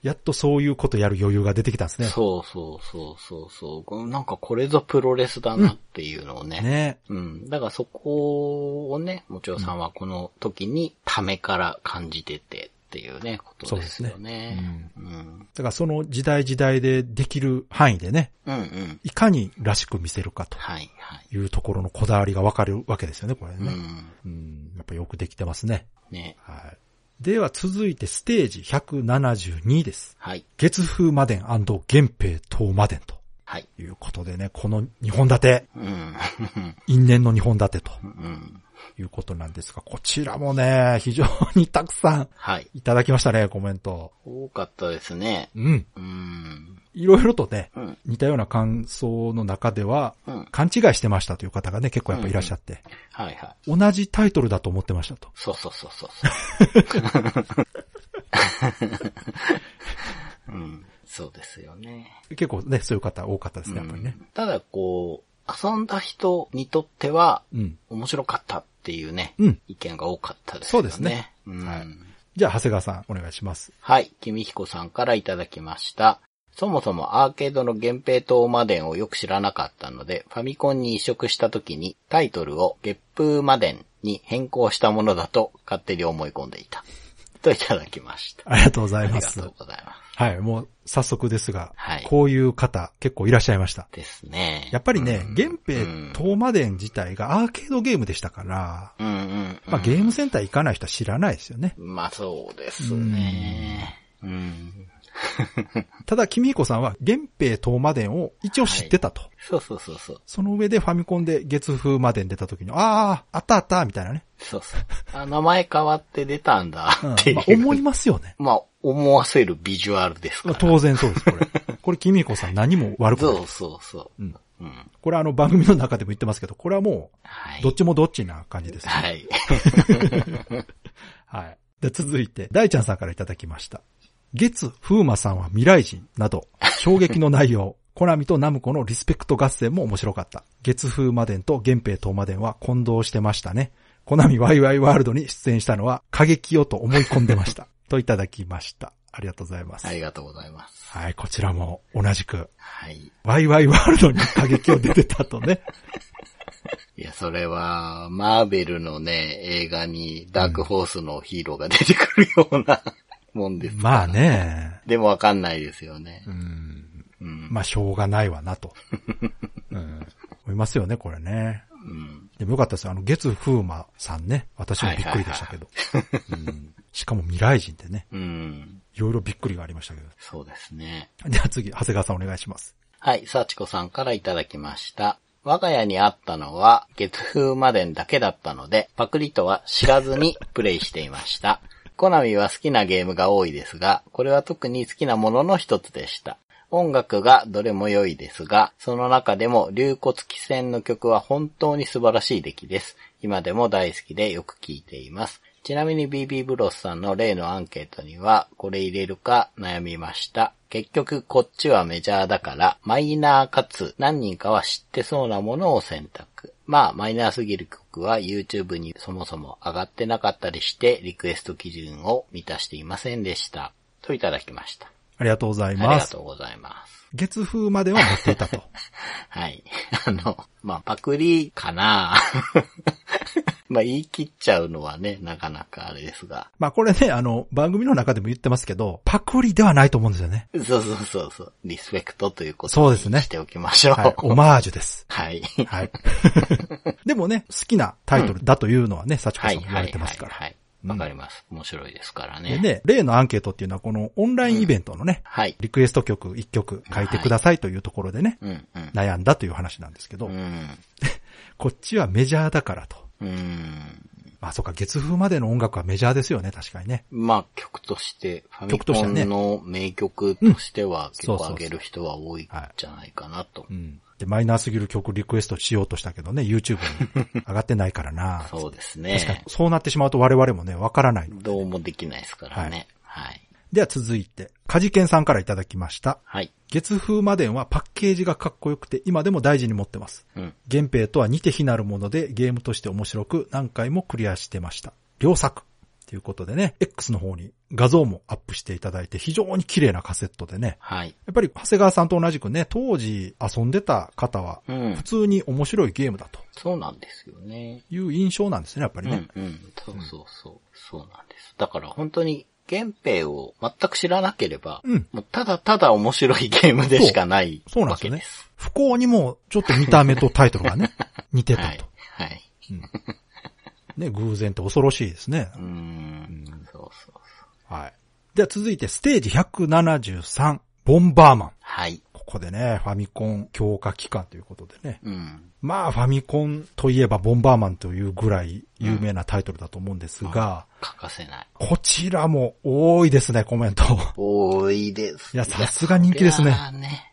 Speaker 2: やっとそういうことやる余裕が出てきたんですね。
Speaker 3: そうそうそうそうそう。なんかこれぞプロレスだなっていうのをね。
Speaker 2: ね。
Speaker 3: うん。だからそこをね、もちろさんはこの時にためから感じててっていうね、ことですよね。うん。
Speaker 2: だからその時代時代でできる範囲でね、
Speaker 3: うんうん。
Speaker 2: いかにらしく見せるかと
Speaker 3: はいはい。
Speaker 2: いうところのこだわりが分かるわけですよね、これ
Speaker 3: う
Speaker 2: ね。
Speaker 3: ん。
Speaker 2: うん。やっぱよくできてますね。
Speaker 3: ね。
Speaker 2: はい。では続いてステージ172です。
Speaker 3: はい。
Speaker 2: 月風魔伝源平東魔伝と
Speaker 3: はい。
Speaker 2: いうことでね、この2本立て、
Speaker 3: うん。
Speaker 2: 因縁の2本立てと
Speaker 3: うん。
Speaker 2: いうことなんですが、こちらもね、非常にたくさん
Speaker 3: はい。
Speaker 2: いただきましたね、コメント。
Speaker 3: 多かったですね。
Speaker 2: うん。
Speaker 3: うん。
Speaker 2: いろいろとね、
Speaker 3: うん。
Speaker 2: 似たような感想の中では、
Speaker 3: うん。
Speaker 2: 勘違いしてましたという方がね、結構やっぱいらっしゃって、
Speaker 3: はいはい。
Speaker 2: 同じタイトルだと思ってましたと。
Speaker 3: そうそうそうそうそう。うん。そうですよね。
Speaker 2: 結構ね、そういう方多かったですね、やっぱりね。
Speaker 3: うんただこう、遊んだ人にとっては、
Speaker 2: うん。
Speaker 3: 面白かったっていうね、
Speaker 2: うん
Speaker 3: 意見が多かったです
Speaker 2: そうで
Speaker 3: よね。
Speaker 2: すね。
Speaker 3: うん
Speaker 2: はいじゃあ、長谷川さん、お願いします。
Speaker 3: はい。君彦さんからいただきました。そもそもアーケードの源平島魔伝をよく知らなかったので、ファミコンに移植した時にタイトルを月風魔伝に変更したものだと勝手に思い込んでいた。といただきました。
Speaker 2: ありがとうござ
Speaker 3: あ
Speaker 2: い
Speaker 3: り
Speaker 2: ま
Speaker 3: が
Speaker 2: す
Speaker 3: と。うございま
Speaker 2: はい、もう早速ですが、
Speaker 3: はい
Speaker 2: こういう方結構いらっしゃいました。
Speaker 3: す。ですね。
Speaker 2: やっぱりね
Speaker 3: う、ん
Speaker 2: 源平
Speaker 3: うん
Speaker 2: 東魔伝自体がアーケードゲームでしたから、
Speaker 3: うんうん、うん。
Speaker 2: まあゲームセンター行かない人は知らないですよね。
Speaker 3: まあそうですね。うん。
Speaker 2: ただ、君彦さんは源平東魔伝を一応知ってたと。
Speaker 3: そうそうそうそう。
Speaker 2: その上でファミコンで月風魔伝出た時に、ああ、あったあった、みたいなね。
Speaker 3: そうそう。あ、名前変わって出たんだ
Speaker 2: うん、ま
Speaker 3: っていう。
Speaker 2: あ思いますよね。
Speaker 3: まあ、思わせるビジュアルですか
Speaker 2: まあ
Speaker 3: ら。
Speaker 2: 当然そうです、これ。 これ、君彦さん何も悪くない
Speaker 3: そう。そうそう。
Speaker 2: うん
Speaker 3: うん。
Speaker 2: これあの番組の中でも言ってますけど、これはも
Speaker 3: は
Speaker 2: う、
Speaker 3: い。
Speaker 2: どっちもどっちな感じですね。
Speaker 3: はい。
Speaker 2: はい。で、続いて、大ちゃんさんからいただきました。月、風磨さんは未来人など、衝撃の内容。 コナミとナムコのリスペクト合戦も面白かった。月風魔伝と源平東魔伝は混同してましたね。コナミワイワイワールドに出演したのは過激よと思い込んでま した。といただきました。ありがとうございます。
Speaker 3: あ
Speaker 2: は
Speaker 3: り
Speaker 2: い、
Speaker 3: がとうございます。
Speaker 2: こちらも同じく、
Speaker 3: はい。
Speaker 2: ワイワイワールドに過激を出てたとね。
Speaker 3: いや、それは、マーベルのね、映画にダークホースのヒーローが出てくるような もんで す。
Speaker 2: まあ。ね。
Speaker 3: でもわかんないですよね
Speaker 2: う。ん。
Speaker 3: うん。
Speaker 2: まあ、しょうがないわなと。うん。思いますよね、これね。
Speaker 3: うん。
Speaker 2: でもよかったですよ。あの、月風磨さんね。私もびっくりでしたけど。うんしかも未来人でね。
Speaker 3: うん。
Speaker 2: いろいろびっくりがありましたけど。
Speaker 3: そうですね。
Speaker 2: では次、長谷川さんお願いします。
Speaker 3: はい、さちこさんからいただきました。我が家にあったのは月風魔伝だけだったので、パクリとは知らずにプレイしていました。コナミは好きなゲームが多いですが、これは特に好きなものの一つでした。音楽がどれも良いですが、その中でも龍骨汽船の曲は本当に素晴らしい出来です。今でも大好きでよく聴いています。ちなみに BB ブロスさんの例のアンケートには、これ入れるか悩みました。結局こっちはメジャーだから、マイナーかつ何人かは知ってそうなものを選択。まあ、マイナーすぎる曲は YouTube にそもそも上がってなかったりして、リクエスト基準を満たしていませんでした。といただきました。
Speaker 2: ありがとうござい
Speaker 3: あり
Speaker 2: ま
Speaker 3: が
Speaker 2: す
Speaker 3: と。うございます。
Speaker 2: 月風までは持っていたと。
Speaker 3: はい。 あの、まあ、パクリかな まあ、言い切っちゃうのはね、なかなかあれですが。
Speaker 2: まあこれね、あの、番組の中でも言ってますけど、パクリではないと思うんですよね。
Speaker 3: そうそうそうそう。リスペクトということ
Speaker 2: そうですね
Speaker 3: にしておきましょう。
Speaker 2: はい。オマージュです。
Speaker 3: はい。
Speaker 2: はい。でもね、好きなタイトルだというのはね、幸子
Speaker 3: は
Speaker 2: さん
Speaker 3: い。
Speaker 2: も言わ
Speaker 3: は
Speaker 2: れ
Speaker 3: い。
Speaker 2: てますから。
Speaker 3: はい。
Speaker 2: うん
Speaker 3: わかります。面白いですから
Speaker 2: で
Speaker 3: ね。
Speaker 2: ね、例のアンケートっていうのはこのオンラインイベントのね、
Speaker 3: はい。
Speaker 2: リクエスト曲1曲書いてくださいというところでね、
Speaker 3: うん、うん。
Speaker 2: 悩んだという話なんですけど、
Speaker 3: うん。
Speaker 2: こっちはメジャーだからと。
Speaker 3: うん。
Speaker 2: まあそうか、月風までの音楽はメジャーですよね、確かにね。
Speaker 3: まあ、曲として、ファミ
Speaker 2: 曲として
Speaker 3: コ
Speaker 2: はね
Speaker 3: ンの名曲としては、結
Speaker 2: そうそう
Speaker 3: 構
Speaker 2: そう
Speaker 3: 上げる人は多いんじゃないかなと。
Speaker 2: うん。で、マイナーすぎる曲リクエストしようとしたけどね、YouTube に上がってないからな。
Speaker 3: そうです
Speaker 2: 確かに
Speaker 3: ね。。
Speaker 2: そうなってしまうと我々もね、わからないの。
Speaker 3: どうもできないですからね。はい。
Speaker 2: では続いて、カジケンさんからいただきました。
Speaker 3: はい。
Speaker 2: 月風魔伝はパッケージがかっこよくて今でも大事に持ってます。
Speaker 3: うん。
Speaker 2: 源平とは似て非なるものでゲームとして面白く何回もクリアしてました。両作。ということでね、X の方に画像もアップしていただいて非常に綺麗なカセットでね、
Speaker 3: はい。
Speaker 2: やっぱり長谷川さんと同じくね、当時遊んでた方は
Speaker 3: うん
Speaker 2: 普。通に面白いゲームだと
Speaker 3: そうなんですよね。
Speaker 2: いう印象なんですね、やっぱりね。
Speaker 3: うんうん。そうそうそう。そうなんです。だから本当に、原平を全く知らなければ、
Speaker 2: うん
Speaker 3: もうただただ面白いゲームでしかない
Speaker 2: そうなん
Speaker 3: わ
Speaker 2: です
Speaker 3: け
Speaker 2: よ
Speaker 3: で
Speaker 2: ね
Speaker 3: す。。
Speaker 2: 不幸にもちょっと見た目とタイトルが ね、似てたと。
Speaker 3: はい。はい。
Speaker 2: ね、偶然って恐ろしいですね
Speaker 3: う。ーん。そうそう
Speaker 2: では続いてステージ173、ボンバーマン。
Speaker 3: はい。
Speaker 2: ここでね、ファミコン強化期間ということでね。
Speaker 3: うん。
Speaker 2: まあ、ファミコンといえばボンバーマンというぐらい有名なタイトルだと思うんですが、
Speaker 3: 欠かせない。
Speaker 2: こちらも多いですね、コ メント。
Speaker 3: 多いです。
Speaker 2: いやさすが人気ですね
Speaker 3: いやーね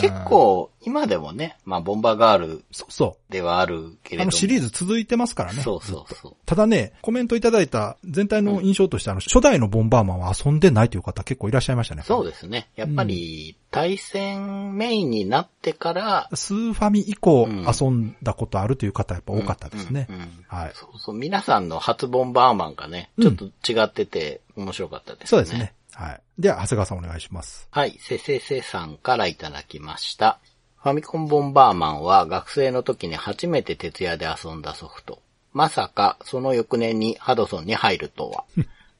Speaker 3: 結構、今でもね、まあ、ボンバーガール
Speaker 2: そうそ
Speaker 3: ではあるけ
Speaker 2: う。
Speaker 3: れ
Speaker 2: あ
Speaker 3: ども。
Speaker 2: のシリーズ続いてますからね。
Speaker 3: そうそうそう。
Speaker 2: ただね、コメントいただいた全体の印象として、あの、初代のボンバーマンは遊んでないという方結構いらっしゃいましたね。
Speaker 3: そうですね。やっぱり、対戦メインになってから、
Speaker 2: スーファミ以降
Speaker 3: うん
Speaker 2: 遊んだことあるという方やっぱ多かったですね
Speaker 3: うん。うん
Speaker 2: はい。
Speaker 3: そうそう、皆さんの初ボンバーマンがね、
Speaker 2: う
Speaker 3: ちょ
Speaker 2: ん
Speaker 3: っと違ってて面白かったですね。
Speaker 2: そうですね。はい。では、長谷川さんお願いします。
Speaker 3: はい、せせせさんからいただきました。ファミコンボンバーマンは学生の時に初めて徹夜で遊んだソフト。まさか、その翌年にハドソンに入るとは。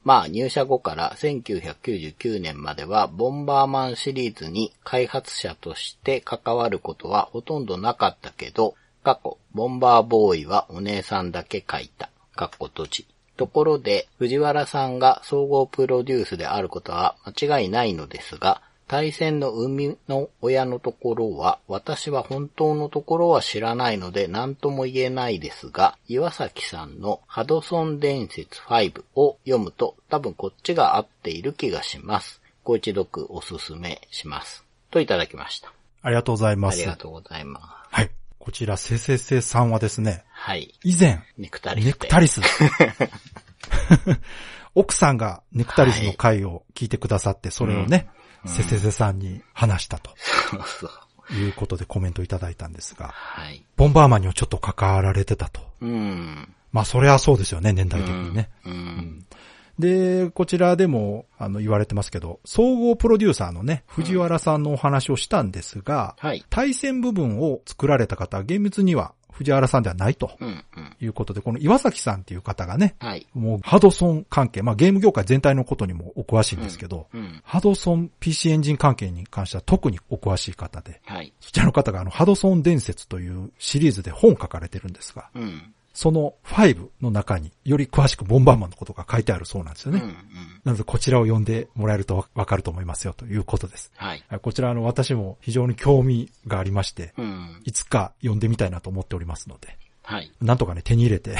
Speaker 3: まあ、入社後から1999年までは、ボンバーマンシリーズに開発者として関わることはほとんどなかったけど、過去、ボンバーボーイはお姉さんだけ書いた。かっこ閉じ。ところで、藤原さんが総合プロデュースであることは間違いないのですが、対戦の生みの親のところは、私は本当のところは知らないので何とも言えないですが、岩崎さんのハドソン伝説5を読むと多分こっちが合っている気がします。ご一読おすすめします。といただきました。
Speaker 2: ありがとうございま
Speaker 3: あ
Speaker 2: す。
Speaker 3: りがとうございます。
Speaker 2: はい。こちら、せせせさんはですね、
Speaker 3: はい。
Speaker 2: 以前、
Speaker 3: ネクタリスで
Speaker 2: ネクタリス。 奥さんがネクタリスの回を聞いてくださって、それをね、せせせさんに話したと
Speaker 3: そうそう。
Speaker 2: いうことでコメントいただいたんですが、
Speaker 3: はい。
Speaker 2: ボンバーマンにはちょっと関わられてたと。
Speaker 3: うん。
Speaker 2: まあ、それはそうですよね、年代的にね。
Speaker 3: うん。
Speaker 2: で、こちらでも、あの、言われてますけど、総合プロデューサーのね、藤原さんのお話をしたんですが、
Speaker 3: はい。
Speaker 2: 対戦部分を作られた方は厳密には藤原さんではないと
Speaker 3: うん。うん。
Speaker 2: いうことで、この岩崎さんっていう方がね、
Speaker 3: はい。
Speaker 2: もうハドソン関係、まあゲーム業界全体のことにもお詳しいんですけど、
Speaker 3: うん。
Speaker 2: ハドソン PC エンジン関係に関しては特にお詳しい方で、
Speaker 3: はい。
Speaker 2: そちらの方があのハドソン伝説というシリーズで本を書かれてるんですが、
Speaker 3: うん。
Speaker 2: その5の中により詳しくボンバーマンのことが書いてあるそうなんですよ
Speaker 3: う
Speaker 2: ね。
Speaker 3: ん。うん。
Speaker 2: なのでこちらを読んでもらえるとわかると思いますよということです。
Speaker 3: はい。
Speaker 2: はいこちらあの私も非常に興味がありまして、
Speaker 3: うん。
Speaker 2: いつか読んでみたいなと思っておりますので、
Speaker 3: はい。
Speaker 2: なんとかね、手に入れて、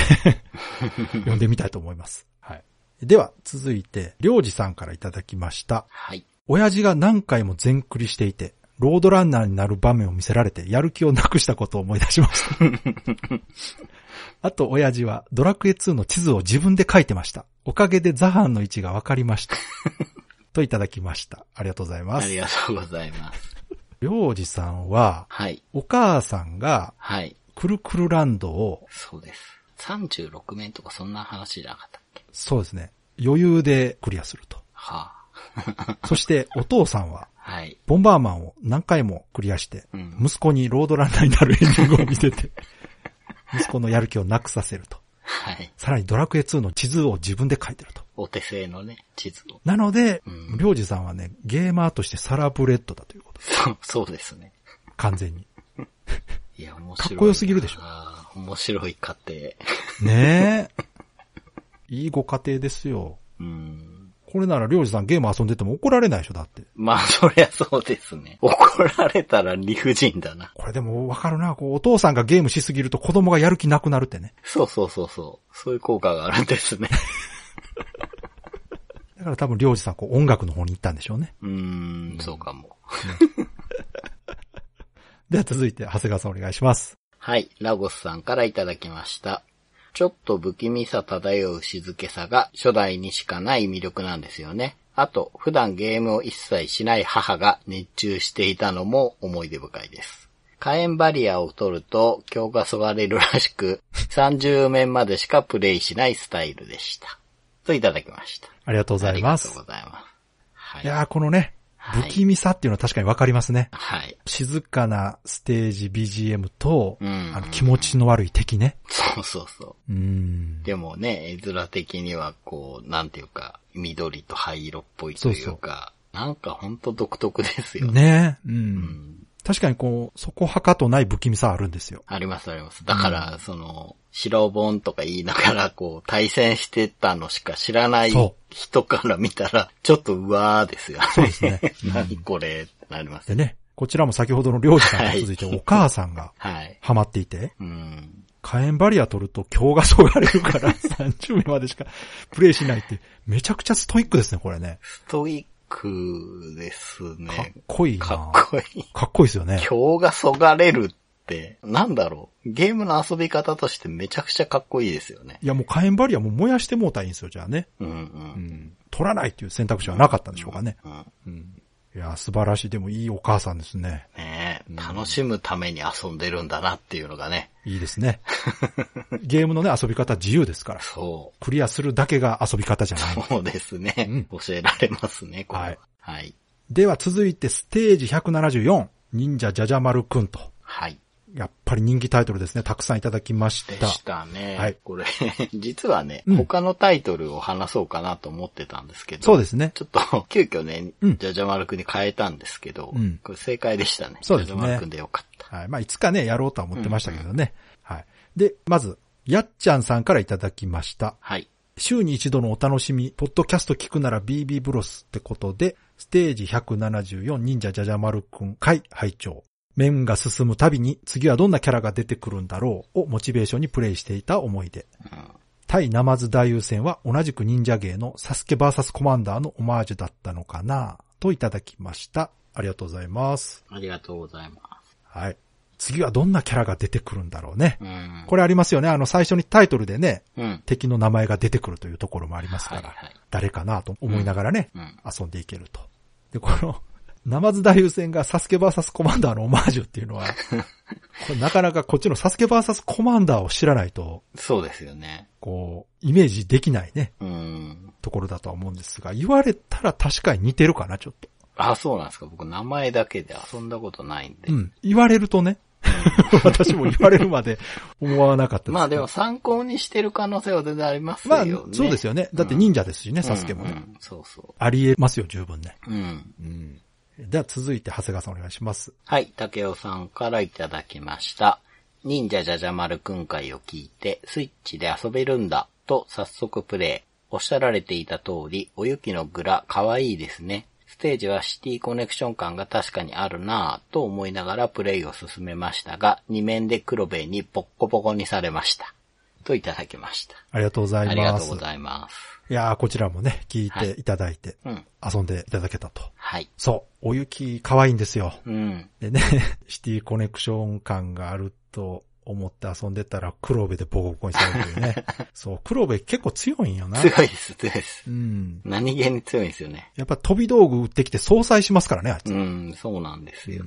Speaker 2: 読んでみたいと思います。はい。では、続いて、りょうじさんからいただきました。
Speaker 3: はい。
Speaker 2: 親父が何回も全クリしていて、ロードランナーになる場面を見せられて、やる気をなくしたことを思い出しました。あと、親父は、ドラクエ2の地図を自分で書いてました。おかげでザハンの位置がわかりました。といただきました。ありがとうございま
Speaker 3: あ
Speaker 2: す
Speaker 3: り。がとうございます。
Speaker 2: りょうじさんは、
Speaker 3: はい。
Speaker 2: お母さんが、
Speaker 3: はい。
Speaker 2: くるくるランドを、
Speaker 3: そうです。36面とかそんな話じゃなかったっけ
Speaker 2: そうですね、余裕でクリアすると。
Speaker 3: は
Speaker 2: そして、お父さんは、
Speaker 3: あ、はい。
Speaker 2: ボンバーマンを何回もクリアして、
Speaker 3: うん
Speaker 2: 息子にロードランナーになるエンディングを見せ て、息子のやる気をなくさせると。
Speaker 3: はい。
Speaker 2: さらにドラクエ2の地図を自分で書いてると。
Speaker 3: お手製のね、地図を。
Speaker 2: なので
Speaker 3: うん、
Speaker 2: りょうじさんはね、ゲーマーとしてサラブレッドだということ。
Speaker 3: そう、そうですね。
Speaker 2: 完全 に。
Speaker 3: いや、面白い。
Speaker 2: かっこよすぎるでしょ
Speaker 3: あー面白い家庭。
Speaker 2: ねえ。いいご家庭ですよ。
Speaker 3: うん。
Speaker 2: これならりょうじさんゲーム遊んでても怒られないでしょ、だって。
Speaker 3: まあ、 そりゃそうですね。怒られたら理不尽だな。
Speaker 2: これでもわかるな、こう、お父さんがゲームしすぎると子供がやる気なくなるってね。
Speaker 3: そうそうそうそう。そういう効果があるんです ね。
Speaker 2: だから多分、りょうじさん、こう、音楽の方に行ったんでしょうね。
Speaker 3: うーん、そうかも。
Speaker 2: では続いて、長谷川さんお願いします。
Speaker 3: はい、ラゴスさんからいただきました。ちょっと不気味さ漂う静けさが初代にしかない魅力なんですよね。あと、普段ゲームを一切しない母が熱中していたのも思い出深いです。火炎バリアを取ると強がそがれるらしく、30面までしかプレイしないスタイルでした。といただきました。
Speaker 2: ありがとうござ
Speaker 3: あ
Speaker 2: い
Speaker 3: り
Speaker 2: ま
Speaker 3: が
Speaker 2: す
Speaker 3: とう。ございます。はいい。
Speaker 2: やー、このね、
Speaker 3: は
Speaker 2: 不
Speaker 3: い
Speaker 2: 気味さっていうのは確かにわかりますね。
Speaker 3: はい。
Speaker 2: 静かなステージ BGM と、
Speaker 3: うん
Speaker 2: あの気持ちの悪い敵ね。
Speaker 3: そうそうそう。
Speaker 2: うーん。
Speaker 3: でもね、絵面的にはこう、なんていうか、緑と灰色っぽいというか、なんかほんと独特ですよね。
Speaker 2: ねえ、うん。
Speaker 3: うん
Speaker 2: 確かにこう、そこはかとない不気味さあるんです よ。
Speaker 3: ありますあります。だから、その、白本とか言いながら、こう、対戦してたのしか知らない
Speaker 2: そ
Speaker 3: 人から見たら、ちょっとうわーですよ。
Speaker 2: そうですね。
Speaker 3: 何これってなります。
Speaker 2: でね、こちらも先ほどの領事さんに続いて
Speaker 3: はい
Speaker 2: お母さんが
Speaker 3: はい。
Speaker 2: ハマっていて、
Speaker 3: うん。
Speaker 2: 火炎バリア取ると強がそがれる から30名までしかプレイしないって、めちゃくちゃストイックですね、これね。
Speaker 3: ストイックです
Speaker 2: かっ
Speaker 3: ね。
Speaker 2: こいいな
Speaker 3: か
Speaker 2: か
Speaker 3: っこいい。
Speaker 2: っこいいですよね。
Speaker 3: 今日がそがれるって、なんだろう。ゲームの遊び方としてめちゃくちゃかっこいいですよね。
Speaker 2: いやもう火炎バリアもう燃やしてもうたらいいんですよ、じゃあね。
Speaker 3: うんう。
Speaker 2: うんん。取らないという選択肢はなかったんでしょうかね。
Speaker 3: うん。
Speaker 2: いや、素晴らしい。でもいいお母さんですね。
Speaker 3: ねえ、楽しむために遊んでるんだなっていうのがね。
Speaker 2: いいです ね。ゲームのね、遊び方自由ですから。
Speaker 3: そう。
Speaker 2: クリアするだけが遊び方じゃない。
Speaker 3: そうですね。
Speaker 2: うん
Speaker 3: 教えられますね、これ。
Speaker 2: は
Speaker 3: はいい。はい。
Speaker 2: では続いてステージ174、忍者じゃじゃ丸くんと。
Speaker 3: はい。
Speaker 2: やっぱり人気タイトルですね。たくさんいただきまし
Speaker 3: で
Speaker 2: た。
Speaker 3: したね。
Speaker 2: はい
Speaker 3: これ、 実はね、
Speaker 2: うん
Speaker 3: 他のタイトルを話そうかなと思ってたんですけど。
Speaker 2: そうですね。
Speaker 3: ちょっと、 急遽ね
Speaker 2: うん、
Speaker 3: じゃじゃ丸くんに変えたんですけど、
Speaker 2: うん
Speaker 3: これ正解でしたね。
Speaker 2: そうですね
Speaker 3: じゃじゃ丸くんでよかった。
Speaker 2: はい。まあ、いつかね、やろうとは思ってましたけどね。はい。で、まず、やっちゃんさんからいただきました。
Speaker 3: はい。
Speaker 2: 週に一度のお楽しみ、ポッドキャスト聞くなら BB ブロスってことで、ステージ174忍者じゃじゃ丸くん会拝聴面が進むたびに、次はどんなキャラが出てくるんだろうをモチベーションにプレイしていた思い出。
Speaker 3: うん
Speaker 2: 対ナマズ大優戦は同じく忍者芸のサスケバーサスコマンダーのオマージュだったのかなといただきました。ありがとうございます。
Speaker 3: ありがとうございます。
Speaker 2: はい。次はどんなキャラが出てくるんだろうね。
Speaker 3: うん。
Speaker 2: これありますよね。あの最初にタイトルでね、
Speaker 3: うん。
Speaker 2: 敵の名前が出てくるというところもありますから、
Speaker 3: はいはい
Speaker 2: 誰かなと思いながらね、
Speaker 3: うん。
Speaker 2: 遊んでいけると。で、この、ナマズ大優戦がサスケバーサスコマンダーのオマージュっていうの は、これなかなかこっちのサスケバーサスコマンダーを知らないと、
Speaker 3: そうですよね。
Speaker 2: こう、イメージできないね、
Speaker 3: うん。
Speaker 2: ところだとは思うんですが、言われたら確かに似てるかな、ちょっと。
Speaker 3: あ、そうなんですか。僕、名前だけで遊んだことないんで。
Speaker 2: うん。言われると ね、私も言われるまで思わなかったです
Speaker 3: まあでも参考にしてる可能性は全然あります
Speaker 2: まあ
Speaker 3: よね。、
Speaker 2: そうですよね。だって忍者ですしね、サスケもね。
Speaker 3: うんうんそうそ
Speaker 2: ありえますよ、十分ね。
Speaker 3: う。うん。
Speaker 2: では続いて、長谷川さんお願いします。
Speaker 3: はい、竹雄さんからいただきました。忍者じゃじゃ丸くん会を聞いて、スイッチで遊べるんだ、と早速プレイ。おっしゃられていた通り、おゆきのグラ、可愛いですね。ステージはシティコネクション感が確かにあるなぁと思いながらプレイを進めましたが、二面で黒部にポッコポコにされました。といただきました。
Speaker 2: ありがとうございます。
Speaker 3: ありがとうございます。
Speaker 2: いやーこちらもね、聞いていただいて、
Speaker 3: うん。
Speaker 2: 遊んでいただけたと。
Speaker 3: はい。
Speaker 2: そう、お雪可愛いんですよ。
Speaker 3: うん。
Speaker 2: でね、 シティコネクション感があると思って遊んでたら、黒部でボコボコにされるという ね。そう、黒部結構強いんよな。
Speaker 3: 強いです、強いです
Speaker 2: う。ん。
Speaker 3: 何気に強いんですよね。
Speaker 2: やっぱ飛び道具売ってきて相殺しますからね、あいつ。
Speaker 3: うん、そうなんですよ。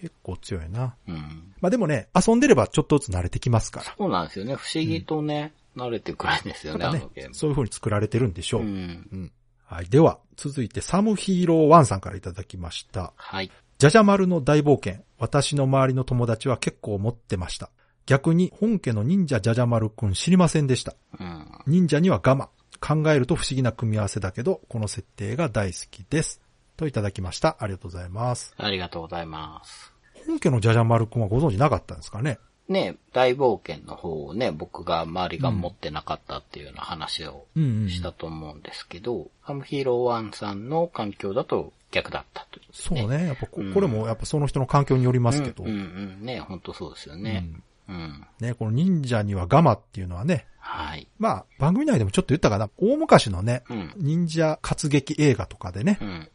Speaker 2: 結構強いな。
Speaker 3: うん。
Speaker 2: まあでもね、遊んでればちょっとずつ慣れてきますから。
Speaker 3: そうなんですよね。不思議とね、慣れてくるんですよね、
Speaker 2: や
Speaker 3: あ
Speaker 2: っぱ
Speaker 3: のゲ
Speaker 2: ね
Speaker 3: ー、ム。
Speaker 2: そういう風に作られてるんでしょう。
Speaker 3: うん。
Speaker 2: はい。では、続いてサムヒーローワンさんからいただきました。
Speaker 3: はい。
Speaker 2: ジャジャ丸の大冒険。私の周りの友達は結構持ってました。逆に本家の忍者ジャジャ丸くん知りませんでした。
Speaker 3: うん。
Speaker 2: 忍者には我慢。考えると不思議な組み合わせだけど、この設定が大好きです。といただきました。ありがとうございます。
Speaker 3: ありがとうございます。
Speaker 2: 本家のジャジャ丸くんはご存知なかったんですかね
Speaker 3: ね、大冒険の方をね、僕が周りが持ってなかったっていうような話を
Speaker 2: うんうんうん
Speaker 3: したと思うんですけど、ハムヒーローワンさんの環境だと逆だったという。
Speaker 2: そうね。やっぱこ
Speaker 3: うん
Speaker 2: これもやっぱその人の環境によりますけど、
Speaker 3: うん、うんうん、ね、本当そうですよね。うん。
Speaker 2: ね、この忍者には我慢っていうのはね、
Speaker 3: はい。
Speaker 2: まあ番組内でもちょっと言ったかな、大昔のね、
Speaker 3: うん
Speaker 2: 忍者活劇映画とかでね
Speaker 3: う、ん、うん、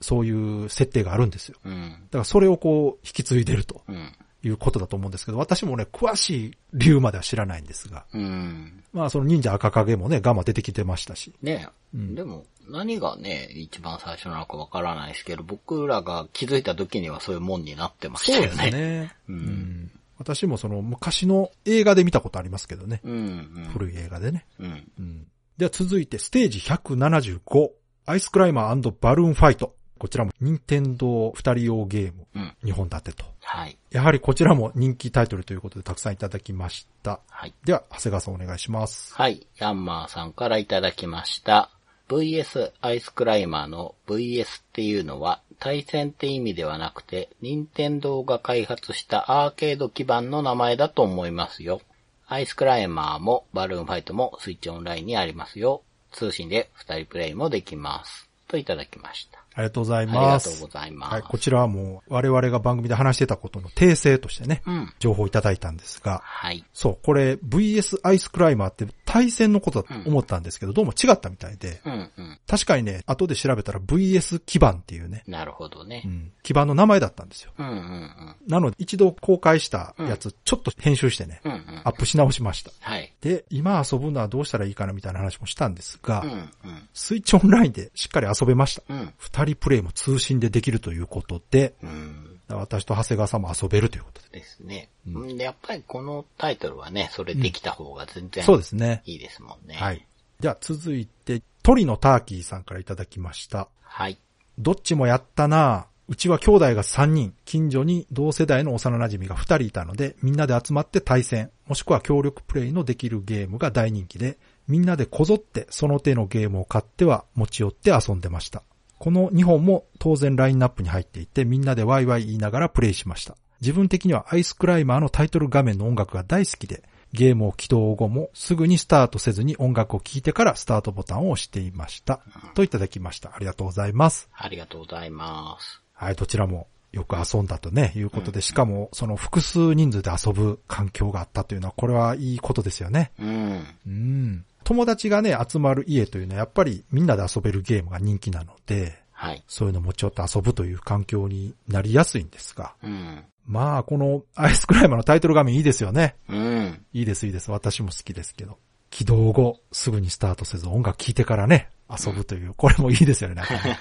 Speaker 2: そういう設定があるんですよ。
Speaker 3: うん。うん
Speaker 2: だからそれをこう、引き継いでると
Speaker 3: うん。
Speaker 2: いうことだと思うんですけど、私もね、詳しい理由までは知らないんですが、
Speaker 3: うん。
Speaker 2: まあその忍者赤影もね、ガマ出てきてましたし、
Speaker 3: ねえ、
Speaker 2: うん
Speaker 3: でも、何がね、一番最初なのかわからないですけど、僕らが気づいた時にはそういうもんになってましたよね。
Speaker 2: そうですね。
Speaker 3: う。
Speaker 2: うんん。私もその昔の映画で見たことありますけどね、
Speaker 3: うん。うん。
Speaker 2: 古い映画でね。
Speaker 3: うん。
Speaker 2: うん。では続いて、ステージ175、アイスクライマーバルーンファイト。こちらも任天堂二人用ゲーム、
Speaker 3: うん。
Speaker 2: 2本立てと。
Speaker 3: はい。
Speaker 2: やはりこちらも人気タイトルということでたくさんいただきました。
Speaker 3: はい。
Speaker 2: では、長谷川さんお願いします。
Speaker 3: はい。ヤンマーさんからいただきました。VS アイスクライマーの VS っていうのは対戦って意味ではなくて、任天堂が開発したアーケード基盤の名前だと思いますよ。アイスクライマーもバルーンファイトもスイッチオンラインにありますよ。通信で二人プレイもできます。といただきました。
Speaker 2: ありがとうござい
Speaker 3: ありが
Speaker 2: ま
Speaker 3: とう
Speaker 2: す。
Speaker 3: ございます。
Speaker 2: はい、こちらはもう我々が番組で話してたことの訂正としてね、
Speaker 3: うん。
Speaker 2: 情報をいただいたんですが、
Speaker 3: はい。
Speaker 2: そう、これ VS アイスクライマーって対戦のことだと思ったんですけど、どうも違ったみたいで、
Speaker 3: うんうん。
Speaker 2: 確かにね、後で調べたら VS 基盤っていうね、
Speaker 3: なるほどね
Speaker 2: う。ん、基盤の名前だったんですよ。
Speaker 3: うんうんうん。
Speaker 2: なので一度公開したやつ、ちょっと編集してね、
Speaker 3: うんうん
Speaker 2: ア。ップし直しました。
Speaker 3: はい。
Speaker 2: で、今遊ぶのはどうしたらいいかなみたいな話もしたんですが、
Speaker 3: うんうん。
Speaker 2: スイッチオンラインでしっかり遊べました。
Speaker 3: うん。
Speaker 2: 二人プレイも通信でできるということで、
Speaker 3: うん。
Speaker 2: 私と長谷川さんも遊べるということで。
Speaker 3: ですね。うんで、やっぱりこのタイトルはね、それできた方が全然
Speaker 2: そうですね。
Speaker 3: いいですもんね。
Speaker 2: はい。。じゃあ続いて、鳥のターキーさんからいただきました。
Speaker 3: はい。
Speaker 2: どっちもやったなぁうちは兄弟が3人、近所に同世代の幼馴染が2人いたので、みんなで集まって対戦、もしくは協力プレイのできるゲームが大人気で、みんなでこぞってその手のゲームを買っては持ち寄って遊んでました。この2本も当然ラインナップに入っていて、みんなでワイワイ言いながらプレイしました。自分的にはアイスクライマーのタイトル画面の音楽が大好きで、ゲームを起動後もすぐにスタートせずに音楽を聴いてからスタートボタンを押していました。といただきました。ありがとうございます。
Speaker 3: ありがとうございます。
Speaker 2: はい、どちらもよく遊んだとね、いうことで、しかも、その複数人数で遊ぶ環境があったというのは、これはいいことですよね。
Speaker 3: うん。
Speaker 2: うん。友達がね、集まる家というのは、やっぱりみんなで遊べるゲームが人気なので、
Speaker 3: はい。
Speaker 2: そういうのもちょっと遊ぶという環境になりやすいんですが。
Speaker 3: うん。
Speaker 2: まあ、このアイスクライマーのタイトル画面いいですよね。
Speaker 3: うん。
Speaker 2: いいです、いいです。私も好きですけど。起動後、すぐにスタートせず音楽聴いてからね、遊ぶという、これもいいですよね、なんかね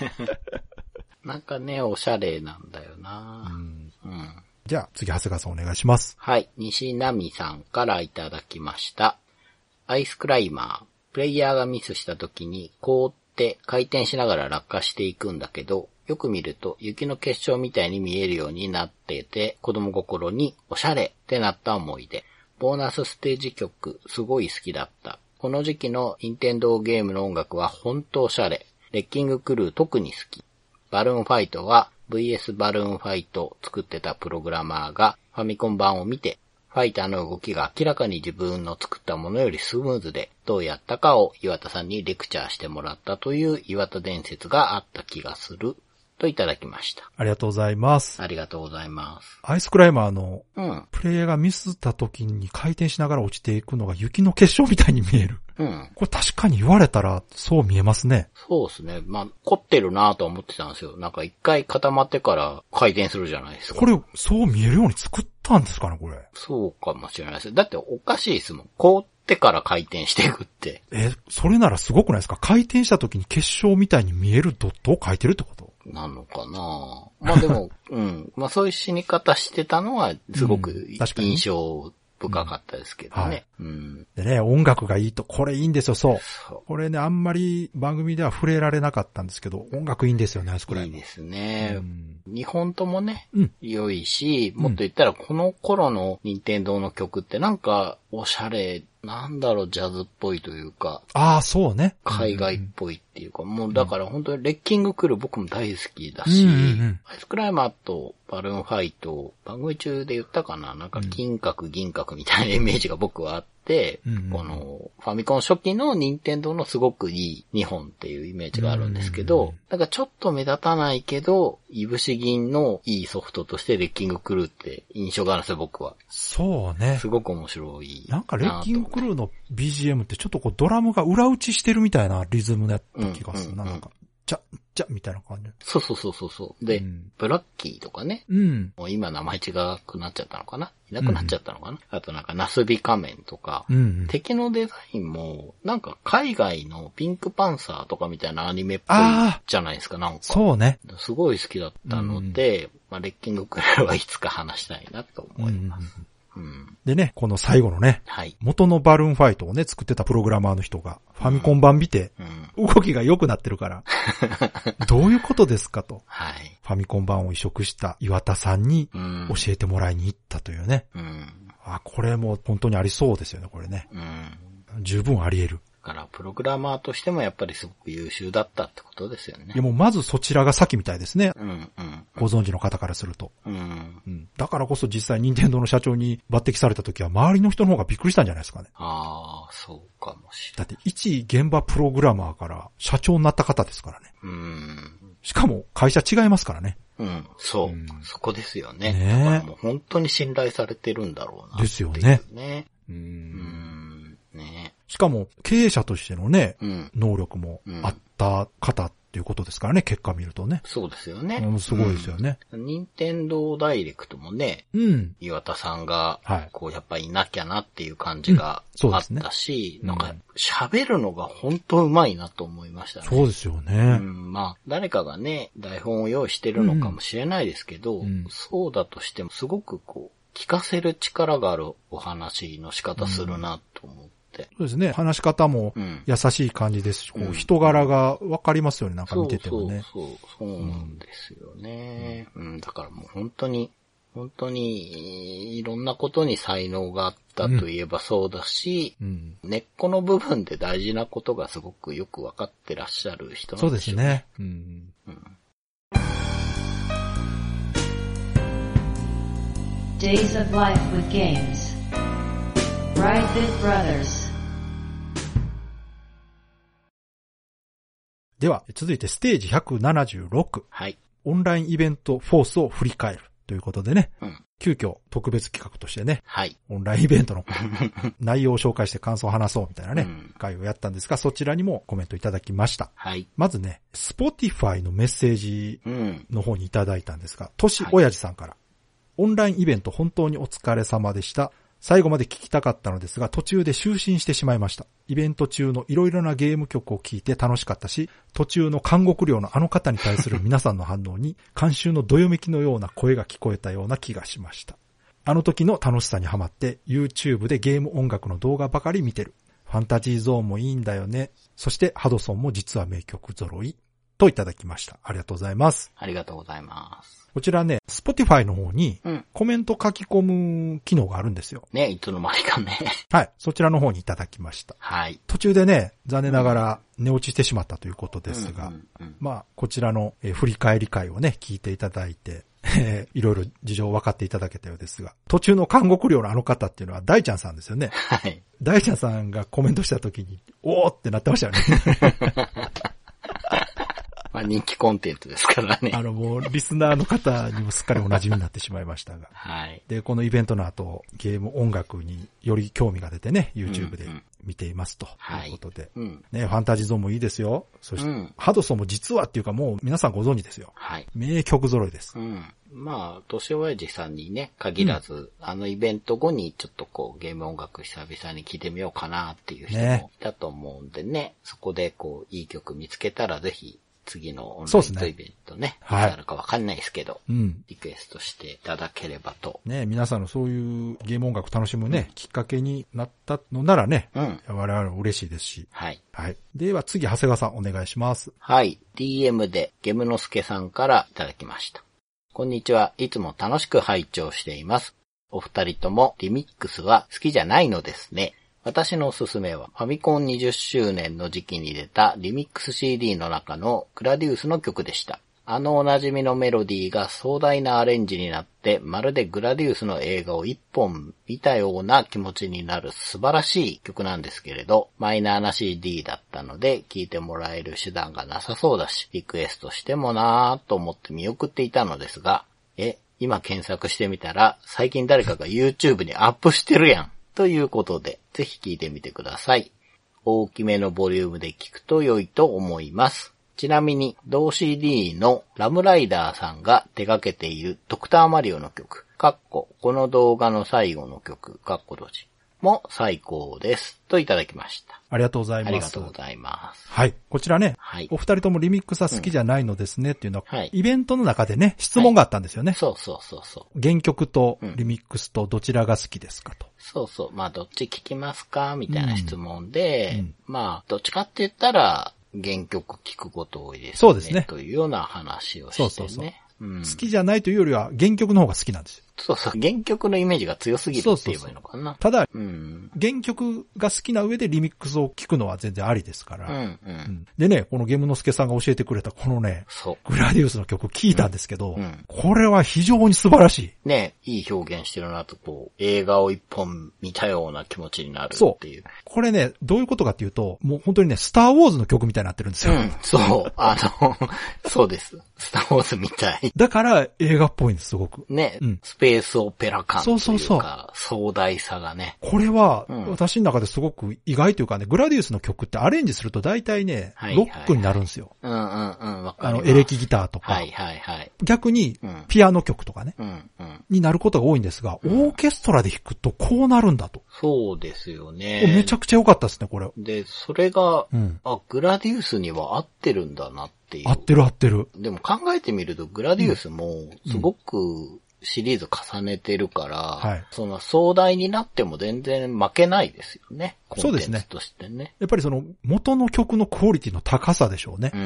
Speaker 3: なんかね、おしゃれなんだよ
Speaker 2: う
Speaker 3: な、
Speaker 2: ん
Speaker 3: うん、
Speaker 2: じゃあ、次、長谷川さんお願いします。
Speaker 3: はい。西波さんからいただきました。アイスクライマー。プレイヤーがミスした時に凍って回転しながら落下していくんだけど、よく見ると雪の結晶みたいに見えるようになってて、子供心におしゃれってなった思い出。ボーナスステージ曲、すごい好きだった。この時期の任天堂ゲームの音楽は本当おしゃれ。レッキングクルー特に好き。バルーンファイトは VS バルーンファイトを作ってたプログラマーがファミコン版を見て、ファイターの動きが明らかに自分の作ったものよりスムーズで、どうやったかを岩田さんにレクチャーしてもらったという岩田伝説があった気がする、といただきました。
Speaker 2: ありがとうございます。
Speaker 3: ありがとうございます。
Speaker 2: アイスクライマーの
Speaker 3: うん、
Speaker 2: プレイヤーがミスった時に回転しながら落ちていくのが雪の結晶みたいに見える。
Speaker 3: うん。
Speaker 2: これ確かに言われたらそう見えますね。
Speaker 3: そうですね。まあ、凝ってるなぁとは思ってたんですよ。なんか一回固まってから回転するじゃないですか。
Speaker 2: これ、そう見えるように作ったんですかね、これ。
Speaker 3: そうかもしれないです。だっておかしいですもん。凍ってから回転していくって。
Speaker 2: え、それならすごくないですか回転した時に結晶みたいに見えるドットを書いてるってこと
Speaker 3: なのかなまあでも、 うん。まあそういう死に方してたのは、すごく
Speaker 2: うん確かに
Speaker 3: 印象深かったですけどね。うん。
Speaker 2: でね、音楽がいいと、これいいんですよ、そう。
Speaker 3: そ
Speaker 2: これね、あんまり番組では触れられなかったんですけど、音楽いいんですよね、アイスク
Speaker 3: う。
Speaker 2: ラ
Speaker 3: い
Speaker 2: イ
Speaker 3: い
Speaker 2: マー。
Speaker 3: ですね
Speaker 2: う。ん
Speaker 3: 日本ともね、
Speaker 2: うん
Speaker 3: 良いし、もっと言ったらこの頃の任天堂の曲ってなんか、おしゃれ、なんだろう、ジャズっぽいというか、
Speaker 2: ああ、そうね。
Speaker 3: 海外っぽいっていうか、もうだから本当にレッキングクルー僕も大好きだ
Speaker 2: う
Speaker 3: し、
Speaker 2: んうんうん
Speaker 3: アイスクライマーとバルーンファイト、番組中で言ったかななんか金閣銀閣みたいなイメージが僕はあっ
Speaker 2: うんうん
Speaker 3: て、このファミコン初期の任天堂のすごくいい日本っていうイメージがあるんですけど、
Speaker 2: うんうんうん
Speaker 3: なんかちょっと目立たないけど、いぶし銀のいいソフトとしてレッキングクルーって印象があるんですよ、僕は。
Speaker 2: そうね
Speaker 3: す。ごく面白い
Speaker 2: なんかレッキングク
Speaker 3: ー
Speaker 2: ルーの BGM ってちょっとこうドラムが裏打ちしてるみたいなリズムだった気がするな。
Speaker 3: うんう
Speaker 2: な
Speaker 3: んうん
Speaker 2: んか、ちゃ、ちゃ、みたいな感じ。
Speaker 3: そうそうそうそうそう。で、
Speaker 2: うん
Speaker 3: ブラッキーとかね、
Speaker 2: うん。
Speaker 3: もう今名前違くなっちゃったのかないなくなっちゃったのかな、あとなんかナスビ仮面とか、
Speaker 2: うんうん。
Speaker 3: 敵のデザインも、なんか海外のピンクパンサーとかみたいなアニメっぽい
Speaker 2: あ
Speaker 3: じゃないですか、なんか。
Speaker 2: そうね。
Speaker 3: すごい好きだったので、まあ、レッキングクラーはいつか話したいなと
Speaker 2: うんう
Speaker 3: 思い
Speaker 2: んうん
Speaker 3: ます。うん、
Speaker 2: でね、この最後のね、
Speaker 3: はい。
Speaker 2: 元のバルーンファイトをね、作ってたプログラマーの人が、ファミコン版見て、
Speaker 3: うん。
Speaker 2: 動きが良くなってる から、どういうことですかと、
Speaker 3: はい。
Speaker 2: ファミコン版を移植した岩田さんに
Speaker 3: うん。
Speaker 2: 教えてもらいに行ったというね。
Speaker 3: うん。
Speaker 2: あ、これも本当にありそうですよね、これね。
Speaker 3: うん。
Speaker 2: 十分あり得る。
Speaker 3: から、プログラマーとしてもやっぱりすごく優秀だったってことですよね
Speaker 2: いや。もうまずそちらが先みたいですね。
Speaker 3: うん、うん、
Speaker 2: ご存知の方からすると。
Speaker 3: うん。
Speaker 2: うん。だからこそ実際任天堂の社長に抜擢された時は周りの人の方がびっくりしたんじゃないですかね。
Speaker 3: ああ、そうかもしれ
Speaker 2: だって一現場プログラマーから社長になった方ですからね。
Speaker 3: ない。うん。
Speaker 2: しかも会社違いますからね。
Speaker 3: うん、そう、
Speaker 2: うん
Speaker 3: そこですよね。
Speaker 2: ねえ
Speaker 3: だからもう本当に信頼されてるんだろうなっていう、
Speaker 2: ですよね。
Speaker 3: ね。
Speaker 2: う
Speaker 3: うー
Speaker 2: ん。
Speaker 3: ん、ね
Speaker 2: しかも経営者としてのね、
Speaker 3: うん。
Speaker 2: 能力もあった方っていうことですからね、結果見るとね。
Speaker 3: そうですよね。
Speaker 2: うんすごいですよね。
Speaker 3: うん。任天堂ダイレクトもね、
Speaker 2: うん。
Speaker 3: 岩田さんが
Speaker 2: はい、
Speaker 3: こう、やっぱいなきゃなっていう感じが
Speaker 2: うんそう
Speaker 3: あ
Speaker 2: で
Speaker 3: っ
Speaker 2: すね
Speaker 3: たし、
Speaker 2: うん
Speaker 3: なんか、喋るのが本当うまいなと思いましたね。
Speaker 2: そうですよ
Speaker 3: う
Speaker 2: ね。
Speaker 3: ん、まあ、誰かがね、台本を用意してるのかもしれないですけど、
Speaker 2: うん
Speaker 3: そうだとしても、すごくこう、聞かせる力があるお話の仕方するなと思って。
Speaker 2: そうですね。話し方も
Speaker 3: うん。
Speaker 2: 優しい感じですし、こ
Speaker 3: うん
Speaker 2: う人柄がわかりますよね、なんか
Speaker 3: そう
Speaker 2: 見ててもね。
Speaker 3: そうそう、そうなんですよね。うん、だからもう本当に、本当に、いろんなことに才能があったといえばそうだし、
Speaker 2: うん。
Speaker 3: 根っこの部分で大事なことがすごくよくわかってらっしゃる人な
Speaker 2: そ
Speaker 3: ん
Speaker 2: うで
Speaker 3: です
Speaker 2: す
Speaker 3: よ。
Speaker 2: ね。うん。
Speaker 1: Days of Life with Games. Bright Bit Brothers.
Speaker 2: では、続いてステージ176、
Speaker 3: はい。
Speaker 2: オンラインイベントフォースを振り返るということでね、
Speaker 3: うん。
Speaker 2: 急遽特別企画としてね、
Speaker 3: はい。
Speaker 2: オンラインイベントの 内容を紹介して感想を話そうみたいなね、
Speaker 3: うん
Speaker 2: 会をやったんですが、そちらにもコメントいただきました。
Speaker 3: はい。
Speaker 2: まずね、Spotify のメッセージ
Speaker 3: うん。
Speaker 2: の方にいただいたんですが、としおやじさんから、オンラインイベント本当にお疲れ様でした。最後まで聞きたかったのですが、途中で就寝してしまいました。イベント中のいろいろなゲーム曲を聴いて楽しかったし、途中の監獄寮のあの方に対する皆さんの反応に、監修のどよめきのような声が聞こえたような気がしました。あの時の楽しさにハマって、YouTube でゲーム音楽の動画ばかり見てる。ファンタジーゾーンもいいんだよね。そして、ハドソンも実は名曲揃い。といただきました。ありがとうございます。
Speaker 3: ありがとうございます。
Speaker 2: こちらね、Spotify の方に
Speaker 3: うん。
Speaker 2: コメント書き込む機能があるんですよ。
Speaker 3: ね、いつの間にかね。
Speaker 2: はい。そちらの方にいただきました。
Speaker 3: はい。
Speaker 2: 途中でね、残念ながら寝落ちしてしまったということですが、
Speaker 3: うんうんうん
Speaker 2: まあ、こちらの、えー振り返り会をね、聞いていただいて、 えーいろいろ事情を分かっていただけたようですが、途中の監獄寮のあの方っていうのは大ちゃんさんですよね。
Speaker 3: はい。
Speaker 2: 大ちゃんさんがコメントした時に、おーってなってましたよ ね。
Speaker 3: まあ人気コンテンツですか
Speaker 2: あ
Speaker 3: らね。
Speaker 2: のもう、リスナーの方にもすっかりお馴染みになってしまいましたが。
Speaker 3: はい。
Speaker 2: で、このイベントの後、ゲーム音楽により興味が出てね、YouTube で見ていますと
Speaker 3: は
Speaker 2: い
Speaker 3: い
Speaker 2: うことで。
Speaker 3: うん。
Speaker 2: ね、ファンタジーゾーンもいいですよ。そして、
Speaker 3: うん
Speaker 2: ハドソンも実はっていうかもう皆さんご存知ですよ。
Speaker 3: はい。
Speaker 2: 名曲揃いです
Speaker 3: う。ん。まあ、年親父さんにね、限らず、あのイベント後にちょっとこう、ゲーム音楽久々に聴いてみようかなっていう人
Speaker 2: ね
Speaker 3: もいたと思うんでね、そこでこう、いい曲見つけたらぜひ、次のオン
Speaker 2: そうです
Speaker 3: ライ
Speaker 2: ね
Speaker 3: ンイベントね、
Speaker 2: はい
Speaker 3: いつあるかわかんないですけど、
Speaker 2: うん。
Speaker 3: リクエストしていただければと。
Speaker 2: ね、皆さんのそういうゲーム音楽楽しむね、きっかけになったのならね、
Speaker 3: うん。
Speaker 2: 我々も嬉しいですし。
Speaker 3: はい。
Speaker 2: はい。では次、長谷川さんお願いします。
Speaker 3: はい。DM でゲムノスケさんからいただきました。こんにちは。いつも楽しく拝聴しています。お二人ともリミックスは好きじゃないのですね。私のおすすめはファミコン20周年の時期に出たリミックス CD の中のグラディウスの曲でした。あのおなじみのメロディーが壮大なアレンジになって、まるでグラディウスの映画を一本見たような気持ちになる素晴らしい曲なんですけれど、マイナーな CD だったので、聴いてもらえる手段がなさそうだし、リクエストしてもなぁと思って見送っていたのですが、え、今検索してみたら、最近誰かが YouTube にアップしてるやん。ということで、ぜひ聴いてみてください。大きめのボリュームで聞くと良いと思います。ちなみに、同 CD のラムライダーさんが手掛けているドクターマリオの曲、かっこ、この動画の最後の曲、かっこ閉じ、も最高です。といただきました。
Speaker 2: ありがとうござい
Speaker 3: あ
Speaker 2: ます。
Speaker 3: りがとうございます。
Speaker 2: はい。こちらね、
Speaker 3: はい
Speaker 2: お二人ともリミックスは好きじゃないのですねっていうのは、
Speaker 3: うんはい
Speaker 2: イベントの中でね、質問があったんですよね。
Speaker 3: そうそうそうそう。
Speaker 2: 原曲とリミックスとどちらが好きですかと。
Speaker 3: そうそう。まあ、どっち聞きますかみたいな質問で、
Speaker 2: うんうん
Speaker 3: まあ、どっちかって言ったら、原曲聞くこと多いですね。
Speaker 2: そうですね
Speaker 3: というような話をしてね。
Speaker 2: そうそうそう
Speaker 3: うん、
Speaker 2: 好きじゃないというよりは原曲の方が好きなんですよ。
Speaker 3: そうそう、原曲のイメージが強すぎるって言えばいいのかな。
Speaker 2: ただ、
Speaker 3: うん。
Speaker 2: 原曲が好きな上でリミックスを聞くのは全然ありですか
Speaker 3: うん、う
Speaker 2: ら。
Speaker 3: ん。
Speaker 2: でね、このゲームの助さんが教えてくれたこのね、
Speaker 3: そ
Speaker 2: グラディウスの曲聞いたんですけど、
Speaker 3: うんうん
Speaker 2: これは非常に素晴らしい。
Speaker 3: う。ねいい表現してるなと、こう、映画を一本見たような気持ちになる
Speaker 2: そう
Speaker 3: っていう。
Speaker 2: これね、どういうことかっていうと、もう本当にね、スターウォーズの曲みたいになってるんです
Speaker 3: う
Speaker 2: よ。
Speaker 3: ん、そう。あの、そうです。スターウォーズみたい。
Speaker 2: だから映画っぽいんです、すごく。
Speaker 3: ね、
Speaker 2: うん
Speaker 3: スペースオペラ感というか、
Speaker 2: そうそう
Speaker 3: 壮大さがね。
Speaker 2: これは
Speaker 3: うん、
Speaker 2: 私の中ですごく意外というかね、グラディウスの曲ってアレンジすると大体ね
Speaker 3: はい、は
Speaker 2: ロ
Speaker 3: い
Speaker 2: ックになるんですよ。
Speaker 3: うんうんうん、わか
Speaker 2: あ
Speaker 3: る。
Speaker 2: の、エレキギターとか。
Speaker 3: はいはいはい。
Speaker 2: 逆に
Speaker 3: うん、
Speaker 2: ピアノ曲とかね、
Speaker 3: うんうん。
Speaker 2: になることが多いんですが、オーケストラで弾くとこうなるんだと。
Speaker 3: そうですよね。
Speaker 2: めちゃくちゃ良かったですね、これ。
Speaker 3: で、それが、
Speaker 2: うん。
Speaker 3: あ、グラディウスには合ってるんだなっていう。
Speaker 2: 合ってる合ってる。
Speaker 3: でも考えてみると、グラディウスも、すごく、シリーズ重ねてるから、
Speaker 2: はい
Speaker 3: その壮大になっても全然負けないですよね。
Speaker 2: そうですね
Speaker 3: コンテンツとしてね。
Speaker 2: やっぱりその、元の曲のクオリティの高さでしょうね
Speaker 3: う。んうん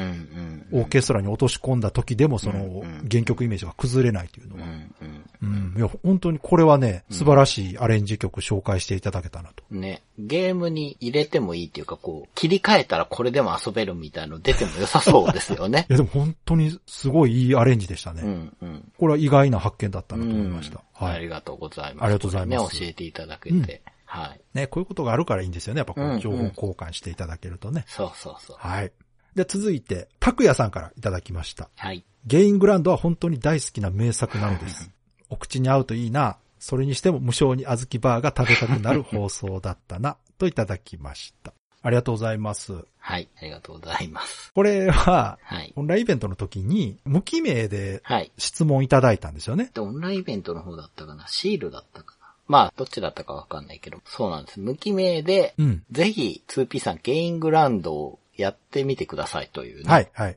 Speaker 3: うん。
Speaker 2: オーケストラに落とし込んだ時でもそ
Speaker 3: うん
Speaker 2: の
Speaker 3: うん
Speaker 2: 原曲イメージが崩れないというの
Speaker 3: う
Speaker 2: は。
Speaker 3: んうん。
Speaker 2: うん。いや、本当にこれはね、素晴らしいアレンジ曲紹介していただけたなと。
Speaker 3: ね、ゲームに入れてもいいっていうか、こう、切り替えたらこれでも遊べるみたいの出ても良さそうですよ ね
Speaker 2: い。や、でも本当にすごいいいアレンジでした
Speaker 3: う
Speaker 2: ね。
Speaker 3: んうん。
Speaker 2: これは意外な発見だったなと思いました。
Speaker 3: うん
Speaker 2: は
Speaker 3: あり
Speaker 2: い。
Speaker 3: がとうございます。
Speaker 2: ありがとうございます
Speaker 3: ね、教えていただけて。
Speaker 2: うん
Speaker 3: はい。
Speaker 2: ね、こういうことがあるからいいんですよね。やっぱこ
Speaker 3: うんう
Speaker 2: うん情報交換していただけるとね。
Speaker 3: そうそうそう。
Speaker 2: はい。で、続いて、拓也さんからいただきました。
Speaker 3: はい。
Speaker 2: ゲイングランドは本当に大好きな名作なのです。お口に合うといいな。それにしても無償に小豆バーが食べたくなる放送だったな。といただきました。ありがとうございます。
Speaker 3: はい。ありがとうございます。
Speaker 2: これは、
Speaker 3: はい。
Speaker 2: オンラインイベントの時に、無記名で
Speaker 3: はい。
Speaker 2: 質問いただいたんですよね。
Speaker 3: で、オンラインイベントの方だったかなシールだったかなまあ、どっちだったかわかんないけど、そうなんです。無記名で、
Speaker 2: うん。
Speaker 3: ぜひ、2P さん、ゲイングランドをやってみてくださいという、ね、
Speaker 2: は。い、はい。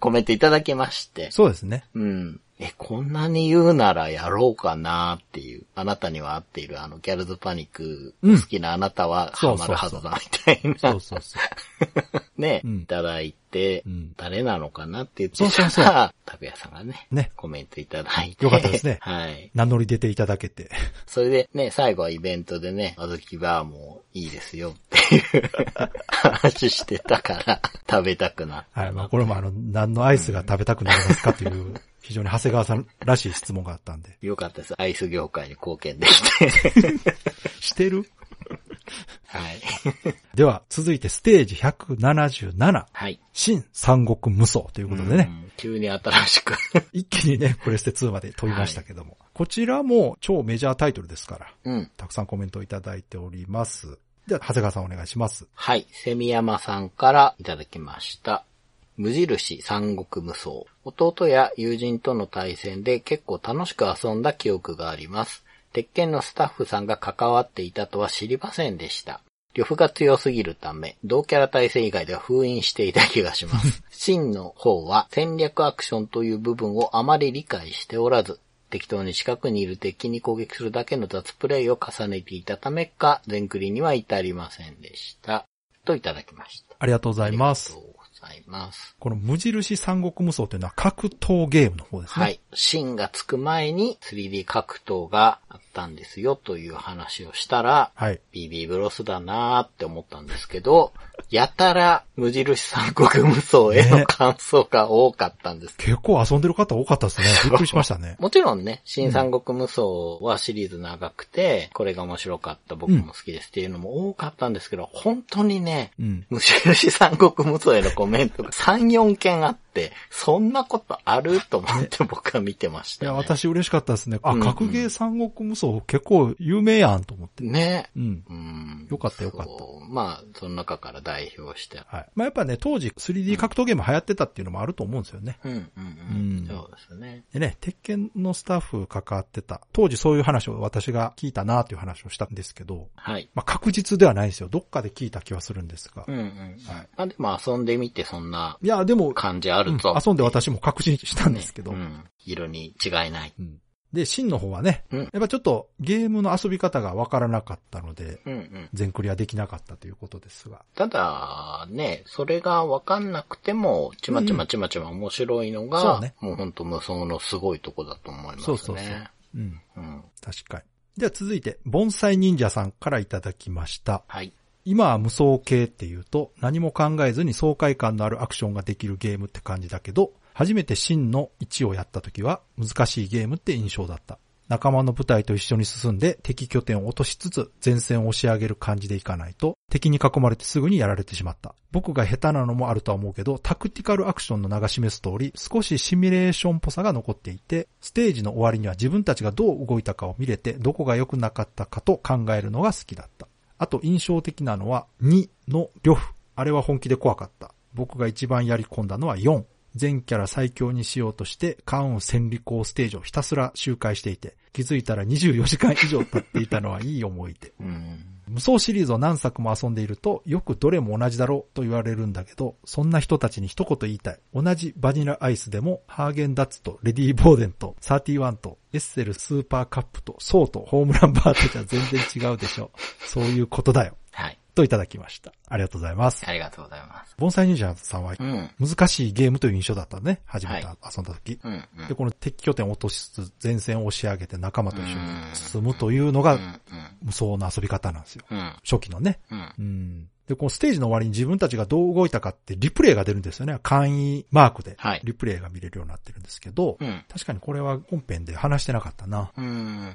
Speaker 3: コメントいただきまして。
Speaker 2: そうですね。
Speaker 3: うん。え、こんなに言うならやろうかなっていう、あなたには合っているあのギャルズパニック、
Speaker 2: うん
Speaker 3: 好きなあなたは
Speaker 2: そ
Speaker 3: ハ
Speaker 2: うそうそ
Speaker 3: マる
Speaker 2: う
Speaker 3: はずだみたいな、
Speaker 2: そうそうそう。
Speaker 3: ね、
Speaker 2: うん
Speaker 3: いただいて、
Speaker 2: うん
Speaker 3: 誰なのかなって言って
Speaker 2: そうそう そう
Speaker 3: たら、拓也さんがね、
Speaker 2: ね
Speaker 3: コメントいただいて。
Speaker 2: よかったですね
Speaker 3: はい。
Speaker 2: 名乗り出ていただけて。
Speaker 3: それでね、最後はイベントでね、あずきバーもいいですよっていう話してたから、食べたくなった
Speaker 2: はい。まあ、これもあの、何のアイスが食べたくなりますかという、非常に長谷川さんらしい質問があったんで。
Speaker 3: よかったです。アイス業界に貢献でき て。
Speaker 2: してる
Speaker 3: はい。
Speaker 2: では、続いてステージ177、
Speaker 3: はい。
Speaker 2: 新三国無双ということでね、
Speaker 3: うん急に新しく。
Speaker 2: 一気にね、プレステ2まで飛びましたけども、こちらも超メジャータイトルですから、
Speaker 3: うん。
Speaker 2: たくさんコメントをいただいております。では、長谷川さんお願いします。
Speaker 3: はい。セミヤマさんからいただきました。無印三国無双。弟や友人との対戦で結構楽しく遊んだ記憶があります。鉄拳のスタッフさんが関わっていたとは知りませんでした。呂布が強すぎるため、同キャラ対戦以外では封印していた気が します。真の方は戦略アクションという部分をあまり理解しておらず、適当に近くにいる敵に攻撃するだけの雑プレイを重ねていたためか、全クリには至りませんでした。といただきました。
Speaker 2: ありがとうござ
Speaker 3: あ
Speaker 2: い
Speaker 3: り
Speaker 2: ま
Speaker 3: が
Speaker 2: す
Speaker 3: と。うございます。
Speaker 2: この無印三国無双というのは格闘ゲームの方ですね。
Speaker 3: はい。芯がつく前に 3D 格闘があったんですよという話をしたら、
Speaker 2: はい。
Speaker 3: BB ブロスだなーって思ったんですけど、やたら無印三国無双への
Speaker 2: ね
Speaker 3: 感想が多かったんです。
Speaker 2: 結構遊んでる方多かった ですね。びっくりしましたね。
Speaker 3: もちろんね、新三国無双はシリーズ長くて、これが面白かった、僕も好きですっていうのも多かったんですけど、本当にね、
Speaker 2: うん。
Speaker 3: 無印三国無双へのコメントが3、4件あって、そんなことあると思って僕は見てまし
Speaker 2: い
Speaker 3: た、
Speaker 2: や、
Speaker 3: ね。
Speaker 2: 私嬉しかったですね。あ、
Speaker 3: うんうん
Speaker 2: 格ゲー三国無双結構有名やんと思って。
Speaker 3: ね。
Speaker 2: うん。
Speaker 3: うん。
Speaker 2: よかったよかった
Speaker 3: そう。まあ、その中から代表して。
Speaker 2: はい。まあ、やっぱね、当時 3D 格闘ゲーム流行ってたっていうのもあると思うんですよね。
Speaker 3: うん、うん、
Speaker 2: う
Speaker 3: うんん。そうですね。
Speaker 2: でね、鉄拳のスタッフ関わってた。当時そういう話を私が聞いたなっていう話をしたんですけど、
Speaker 3: はい。
Speaker 2: まあ、確実ではないですよ。どっかで聞いた気はするんですが。
Speaker 3: うんうん。
Speaker 2: はい。
Speaker 3: まあでも遊んでみてそんない
Speaker 2: や、でも、
Speaker 3: 感じあるぞ。
Speaker 2: うん遊んで私も確信したんですけど。
Speaker 3: うん。色に違いない。
Speaker 2: うんで、シンの方はね、
Speaker 3: うん
Speaker 2: やっぱちょっとゲームの遊び方がわからなかったので、
Speaker 3: うんうん。
Speaker 2: 全クリアできなかったということですが。
Speaker 3: ただ、ね、それがわかんなくても、ちまちまちまちま面白いの
Speaker 2: そ
Speaker 3: が、
Speaker 2: うね
Speaker 3: もうほんと無双のすごいとこだと思いますね。
Speaker 2: そうそうそううん。
Speaker 3: うん。
Speaker 2: 確かに。では続いて、盆栽忍者さんからいただきました。
Speaker 3: はい。
Speaker 2: 今は無双系っていうと、何も考えずに爽快感のあるアクションができるゲームって感じだけど、初めて真の1をやった時は難しいゲームって印象だった。仲間の部隊と一緒に進んで敵拠点を落としつつ前線を押し上げる感じでいかないと敵に囲まれてすぐにやられてしまった。僕が下手なのもあるとは思うけどタクティカルアクションの名が示す通り少しシミュレーションっぽさが残っていてステージの終わりには自分たちがどう動いたかを見れてどこが良くなかったかと考えるのが好きだった。あと印象的なのは2の呂布。あれは本気で怖かった。僕が一番やり込んだのは4。全キャラ最強にしようとして、関羽戦利口ステージをひたすら周回していて、気づいたら24時間以上経っていたのはいい思い出。
Speaker 3: うん。
Speaker 2: 無双シリーズを何作も遊んでいると、よくどれも同じだろうと言われるんだけど、そんな人たちに一言言いたい。同じバニラアイスでも、ハーゲンダッツとレディー・ボーデンと31とエッセルスーパーカップとソーとホームランバーとじゃ全然違うでしょ。そういうことだよ。
Speaker 3: はい。
Speaker 2: といただきました。ありがとうございます。
Speaker 3: ありがとうございます。
Speaker 2: 盆栽忍者さんは
Speaker 3: うん。うん
Speaker 2: 難しいゲームという印象だったね。初めて遊んだ時。
Speaker 3: うん。
Speaker 2: で、この敵拠点を落としつつ前線を押し上げて仲間と一緒に進むと
Speaker 3: い
Speaker 2: いうの
Speaker 3: う
Speaker 2: が
Speaker 3: んうん。
Speaker 2: 無双の遊び方なんですよ。
Speaker 3: うん。
Speaker 2: 初期のね。
Speaker 3: うん。
Speaker 2: うん。で、このステージの終わりに自分たちがどう動いたかってリプレイが出るんですよね。簡易マークで
Speaker 3: はい。
Speaker 2: リプレイが見れるようになってるんですけど、
Speaker 3: うん。
Speaker 2: 確かにこれは本編で話してなかったな。
Speaker 3: うん。うん。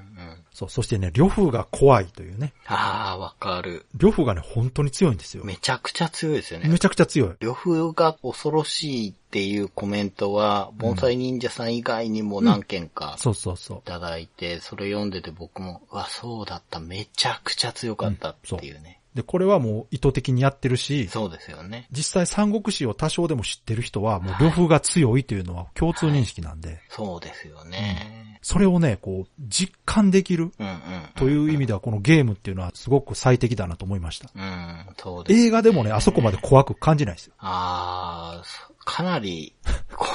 Speaker 2: そう、そしてね、呂布が怖いというね。
Speaker 3: ああ、わかる。
Speaker 2: 呂布がね、本当に強いんですよ。
Speaker 3: めちゃくちゃ強いですよね。
Speaker 2: めちゃくちゃ強い。
Speaker 3: 呂布が恐ろしいっていうコメントは、盆栽忍者さん以外にも何件か
Speaker 2: そうそうそう
Speaker 3: い。ただいて、それ読んでて僕も、うわ、そうだった、めちゃくちゃ強かったっていうね。
Speaker 2: で、これはもう意図的にやってるし、
Speaker 3: そうですよね。
Speaker 2: 実際三国志を多少でも知ってる人は、もう呂布が強いというのは共通認識なんで、
Speaker 3: そうですよね。
Speaker 2: それをね、こう、実感できる
Speaker 3: うんうん。
Speaker 2: という意味では、このゲームっていうのはすごく最適だなと思いました。
Speaker 3: うん、そうです。
Speaker 2: 映画でもね、あそこまで怖く感じないですよ。
Speaker 3: ああ、そかなり 怖い。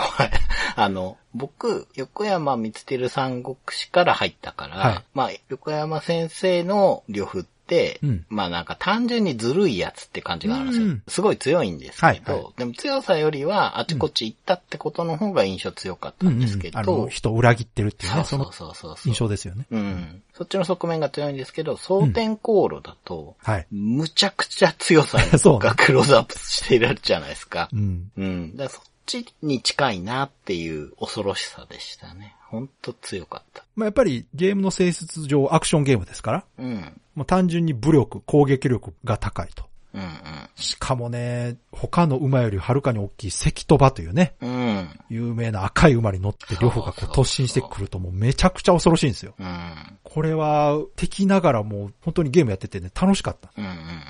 Speaker 3: あの、僕、横山光輝三国志から入ったから、
Speaker 2: はい
Speaker 3: まあ、横山先生の呂布って、
Speaker 2: うん
Speaker 3: まあなんか単純にずるいやつって感じがあるんですよ。
Speaker 2: うん
Speaker 3: すごい強いんですけど、
Speaker 2: はいは
Speaker 3: でも強さよりはあちこち行ったってことの方が印象強かったんですけど、
Speaker 2: あの、人を裏切ってるっていう
Speaker 3: そう
Speaker 2: ね、そ
Speaker 3: そう
Speaker 2: の
Speaker 3: そうそうそう
Speaker 2: 印象ですよね。
Speaker 3: うん。そっちの側面が強いんですけど、蒼天航路だと、
Speaker 2: はい。
Speaker 3: むちゃくちゃ強さ
Speaker 2: そうね
Speaker 3: がクローズアップしているじゃないですか
Speaker 2: う。ん。
Speaker 3: うん。だからそっちに近いなっていう恐ろしさでしたね。ほんと強かった。
Speaker 2: まあ、やっぱりゲームの性質上アクションゲームですから、
Speaker 3: うん。うん
Speaker 2: もう単純に武力、攻撃力が高いと。
Speaker 3: うん。
Speaker 2: しかもね、他の馬よりはるかに大きい関鳥羽というね、
Speaker 3: うん。
Speaker 2: 有名な赤い馬に乗って両方がこう突進してくるともうめちゃくちゃ恐ろしいんですよ。
Speaker 3: うん。うん。
Speaker 2: これは敵ながらもう本当にゲームやっててね、楽しかった。
Speaker 3: うん。うん。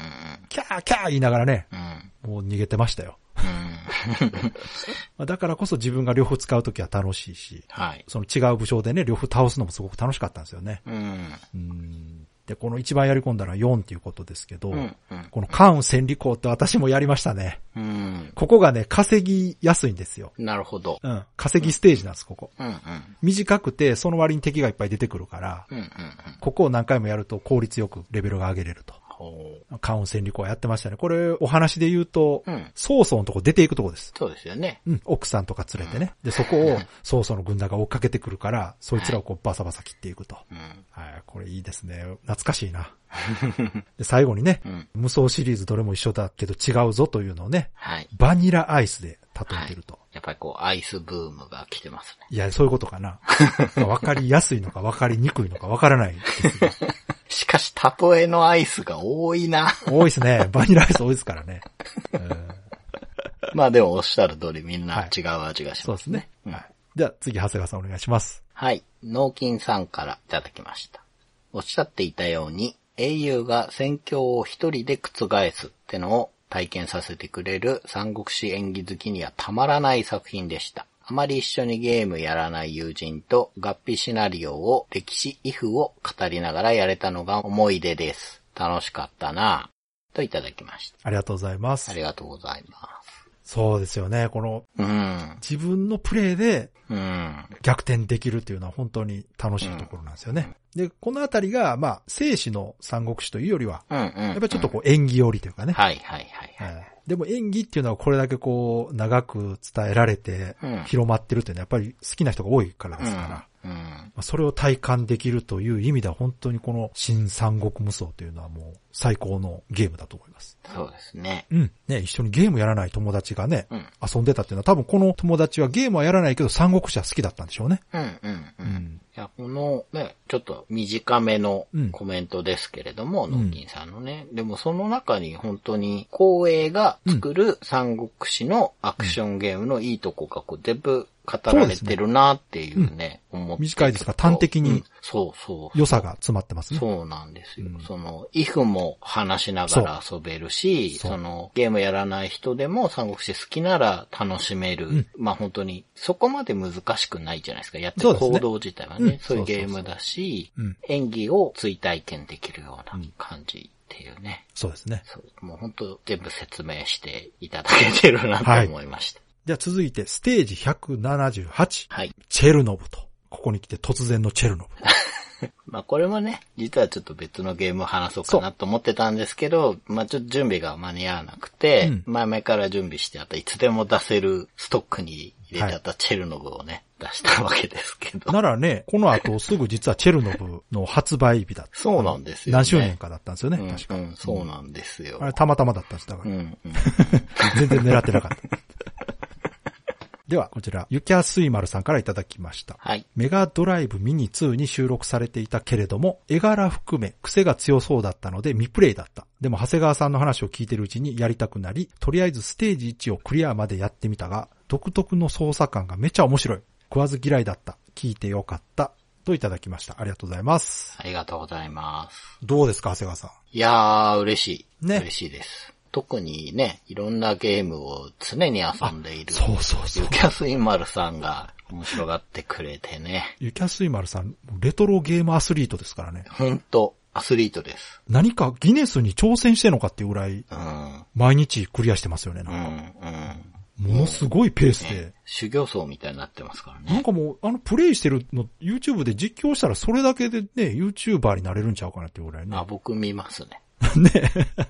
Speaker 2: キャーキャー言いながらね、
Speaker 3: うん。うん
Speaker 2: もう逃げてましたよ。
Speaker 3: うん。
Speaker 2: まあだからこそ自分が両方使うときは楽しいし、
Speaker 3: はい。
Speaker 2: その違う武将でね、両方倒すのもすごく楽しかったんですよね。
Speaker 3: うん。
Speaker 2: うん。で、この一番やり込んだのは4っていうことですけど、
Speaker 3: うん。
Speaker 2: この関羽千里公って私もやりましたね。
Speaker 3: うん。
Speaker 2: ここがね、稼ぎやすいんですよ。
Speaker 3: なるほど。
Speaker 2: うん。稼ぎステージなんです、ここ。
Speaker 3: うん。うん。
Speaker 2: 短くて、その割に敵がいっぱい出てくるから、
Speaker 3: うん。うん。うん。
Speaker 2: ここを何回もやると効率よくレベルが上げれると。
Speaker 3: ほ
Speaker 2: 関温戦力はやってましたね。これ、お話で言うと
Speaker 3: う。う、ん。
Speaker 2: 曹操のとこ出ていくとこです。
Speaker 3: そうですよね。
Speaker 2: うん、奥さんとか連れてね。で、そこを曹操の軍団が追っかけてくるから、そいつらをこうバサバサ切っていくと。
Speaker 3: うん。
Speaker 2: はい、これいいですね。懐かしい な。で、最後にね、
Speaker 3: うん。
Speaker 2: 無双シリーズどれも一緒だけど違うぞというのをね、
Speaker 3: はい。
Speaker 2: バニラアイスで例えてると。
Speaker 3: やっぱりこう、アイスブームが来てますね。
Speaker 2: い、や、そういうことか な。わかりやすいのかわかりにくいのかわからないですが
Speaker 3: しかし、タポエのアイスが多いな。
Speaker 2: 多いですね。バニラアイス多いですからね。うん
Speaker 3: まあでもおっしゃる通りみん
Speaker 2: は
Speaker 3: ない違う味がし
Speaker 2: そう
Speaker 3: ま
Speaker 2: ですす
Speaker 3: ね
Speaker 2: ね。。はい。では次、長谷川さんお願いします。
Speaker 3: はい。農金さんからいただきました。おっしゃっていたように、英雄が戦況を一人で覆すってのを体験させてくれる三国志演技好きにはたまらない作品でした。あまり一緒にゲームやらない友人と合皮シナリオを歴史、イフを語りながらやれたのが思い出です。楽しかったなぁといただきました。
Speaker 2: ありがとうございます。
Speaker 3: ありがとうございます。
Speaker 2: そうですよね。この
Speaker 3: うん。
Speaker 2: 自分のプレーで
Speaker 3: うん。
Speaker 2: 逆転できるというのは本当に楽しいところなんですよね。で、このあたりが、まあ、生死の三国志というよりは、
Speaker 3: うんうん。
Speaker 2: やっぱりちょっとこう演技寄りというかね。
Speaker 3: はいはいはいはい。
Speaker 2: はいでも演技っていうのはこれだけこう、長く伝えられて
Speaker 3: うん、
Speaker 2: 広まってるっていうのはやっぱり好きな人が多いからですから、ま
Speaker 3: うん。うん。
Speaker 2: あそれを体感できるという意味では本当にこの新三国無双というのはもう最高のゲームだと思います。
Speaker 3: そうですね。
Speaker 2: うん。ね、一緒にゲームやらない友達がね、
Speaker 3: うん。
Speaker 2: 遊んでたっていうのは多分この友達はゲームはやらないけど三国志は好きだったんでしょうね。
Speaker 3: うんうんう。
Speaker 2: うんん。
Speaker 3: いや、このね、ちょっと短めの
Speaker 2: うん
Speaker 3: コメントですけれども、
Speaker 2: ん
Speaker 3: ノッキンさんのね。でもその中に本当に、光栄が作る三国志のアクションゲームのいいとこがこう全部語られてるなっていうね、思って。
Speaker 2: 短いですが端的に
Speaker 3: うんそうそう。
Speaker 2: 良さが詰まってますね。
Speaker 3: そうなんですよ。
Speaker 2: うん
Speaker 3: その、イフも話しながら遊べるし、
Speaker 2: そ
Speaker 3: そうの、ゲームやらない人でも三国志好きなら楽しめる。
Speaker 2: ん
Speaker 3: まあ本当に、そこまで難しくないじゃないですか。やって
Speaker 2: そう
Speaker 3: る
Speaker 2: ですね
Speaker 3: 行動自体は
Speaker 2: うん
Speaker 3: ね、そうい
Speaker 2: そうそう
Speaker 3: うゲ
Speaker 2: そう
Speaker 3: ームだし、
Speaker 2: うん
Speaker 3: 演技を追体験できるような感じっていうね。
Speaker 2: そうですね。
Speaker 3: そうもう本当全部説明していただけてるなと思いました。
Speaker 2: じゃあ続いてステージ178、
Speaker 3: はい。
Speaker 2: チェルノブと。ここに来て突然のチェルノブ。
Speaker 3: まあこれもね、実はちょっと別のゲームを話そうかなと思ってたんですけど、まあちょっと準備が間に合わなくて、
Speaker 2: うん
Speaker 3: 前々から準備してあった、いつでも出せるストックに入れてあったチェルノブをね、出したわけですけど。
Speaker 2: ならね、この後すぐ実はチェルノブの発売日だった。
Speaker 3: そうなんですよ、ね。
Speaker 2: 何周年かだったんですよね、
Speaker 3: うん、
Speaker 2: 確か。
Speaker 3: うん、そうなんですよ
Speaker 2: あ。れ、たまたまだったんです、だか
Speaker 3: う
Speaker 2: ら。
Speaker 3: ん、うん。
Speaker 2: 全然狙ってなかった。 では、こちら、ゆきゃすいまるさんからいただきました。
Speaker 3: はい。
Speaker 2: メガドライブミニ2に収録されていたけれども、絵柄含め癖が強そうだったので未プレイだった。でも長谷川さんの話を聞いてるうちにやりたくなり、とりあえずステージ1をクリアまでやってみたが、独特の操作感がめちゃ面白い。食わず嫌いだった。聞いてよかった。といただきました。ありがとうございます。
Speaker 3: ありがとうございます。
Speaker 2: どうですか、長谷川さん。
Speaker 3: いやー、嬉しい。
Speaker 2: ね
Speaker 3: 嬉しいです。特にね、いろんなゲームを常に遊んでいる。
Speaker 2: そうそうそう
Speaker 3: ゆ。きゃすいまるさんが面白がってくれてね。
Speaker 2: ゆきゃすいまるさん、レトロゲームアスリートですからね。
Speaker 3: ほんと、アスリートです。
Speaker 2: 何かギネスに挑戦してんのかっていうぐらい、
Speaker 3: うん。
Speaker 2: 毎日クリアしてますよね。な
Speaker 3: うん
Speaker 2: か
Speaker 3: ん。うん。
Speaker 2: ものすごいペースで
Speaker 3: ね。、修行僧みたいになってますから
Speaker 2: なん
Speaker 3: ね。
Speaker 2: かもう、あの、プレイしてるの、YouTube で実況したらそれだけでね、YouTuber になれるんちゃうかなっていうぐらいね。
Speaker 3: あ、僕見ますね。ね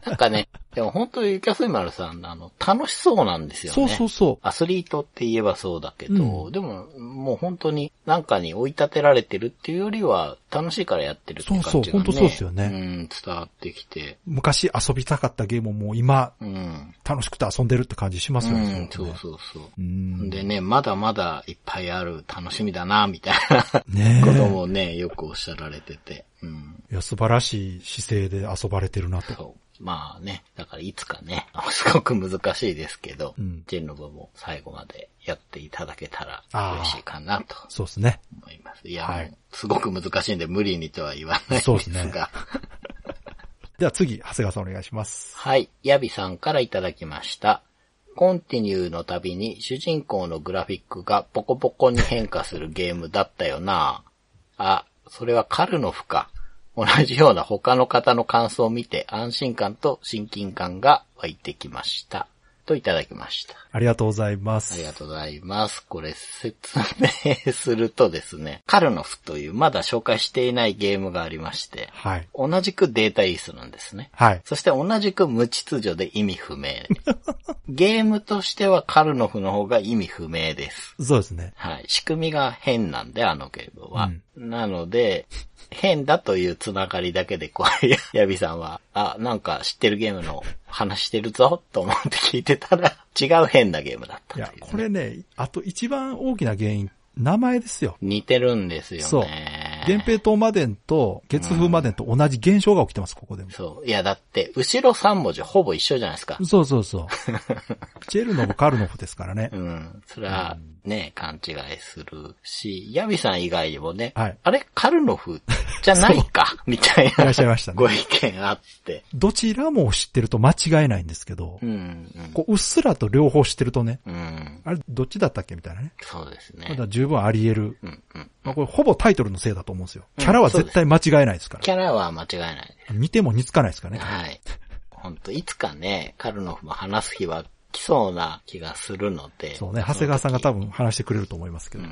Speaker 3: なんかね、でも本当にゆきゃすいまるさん、あの、楽しそうなんですよね。
Speaker 2: そうそうそ
Speaker 3: アスリートって言えばそうだけど、
Speaker 2: うん
Speaker 3: でも、もう本当になんかに追い立てられてるっていうよりは、楽しいからやってるって感じがね。
Speaker 2: そうそうほんとそうですよね
Speaker 3: うん、伝わってきて。
Speaker 2: う。昔遊びたかったゲームをもう今、
Speaker 3: うん。
Speaker 2: 楽しくて遊んでるって感じしますよ
Speaker 3: う
Speaker 2: ね
Speaker 3: ん。、そう
Speaker 2: う。
Speaker 3: そうそう。
Speaker 2: うん。
Speaker 3: でね、まだまだいっぱいある楽しみだな、みたいな。
Speaker 2: ね
Speaker 3: こ
Speaker 2: え。
Speaker 3: ともね、よくおっしゃられてて。うん。
Speaker 2: いや、素晴らしい姿勢で遊ばれてるなと。
Speaker 3: そう。まあね、だからいつかね、 すごく難しいですけど、
Speaker 2: うん
Speaker 3: ジェンノブも最後までやっていただけたら
Speaker 2: あー
Speaker 3: 嬉しいかなと
Speaker 2: そうですね。
Speaker 3: 思います。いや、
Speaker 2: はい
Speaker 3: もうすごく難しいんで無理にとは言わない
Speaker 2: そう
Speaker 3: で
Speaker 2: です
Speaker 3: す
Speaker 2: ね
Speaker 3: が。
Speaker 2: では次、長谷川さんお願いします。
Speaker 3: はい。ヤビさんからいただきました。コンティニューの度に主人公のグラフィックがポコポコに変化するゲームだったよなあ、それはカルノフか。同じような他の方の感想を見て安心感と親近感が湧いてきました。といただきました。
Speaker 2: ありがとうございます。
Speaker 3: ありがとうございます。これ説明するとですね、カルノフというまだ紹介していないゲームがありまして、
Speaker 2: はい。
Speaker 3: 同じくデータイースなんですね。
Speaker 2: はい。
Speaker 3: そして同じく無秩序で意味 不明。ゲームとしてはカルノフの方が意味不明です。
Speaker 2: そうですね。
Speaker 3: はい。仕組みが変なんで、あのゲームは。なので、変だというつながりだけで、こう、やヤビさんは、あ、なんか知ってるゲームの話してるぞ、と思って聞いてたら、違う変なゲームだった
Speaker 2: い
Speaker 3: という
Speaker 2: や
Speaker 3: ね、
Speaker 2: これね、あと一番大きな原因、名前ですよ。
Speaker 3: 似てるんですよね。
Speaker 2: そう源平東マデンと月風マデンと同じ現象が起きてます、ここでも。
Speaker 3: そう。いや、だって、後ろ3文字ほぼ一緒じゃないですか。
Speaker 2: そうそうそう。チェルノブ、カルノフですからね
Speaker 3: う。ん。それはね、勘違いするし、ヤビさん以外にもね、
Speaker 2: はい
Speaker 3: あれ、カルノフじゃないか、み たい
Speaker 2: いら
Speaker 3: な
Speaker 2: っしゃいましたね
Speaker 3: ご意見あって。
Speaker 2: どちらも知ってると間違えないんですけど
Speaker 3: う、ん、
Speaker 2: こう、うっすらと両方知ってるとね、
Speaker 3: うん。うん。
Speaker 2: あれ、どっちだったっけみたいなね。
Speaker 3: そうです
Speaker 2: ま
Speaker 3: ね。
Speaker 2: だ十分あり得る。
Speaker 3: うん、うん。
Speaker 2: まあ、これほぼタイトルのせいだと思うんですよ。キャラは絶対間違えないですから。
Speaker 3: キャラは間違いないで
Speaker 2: 見ても似つかないですからね。
Speaker 3: す。はい。ほんと、いつかね、カルノフも話す日は来そうな気がするので。
Speaker 2: そうね、長谷川さんが
Speaker 3: そ
Speaker 2: 多
Speaker 3: の時
Speaker 2: 分話してくれると思いますけど。
Speaker 3: うん。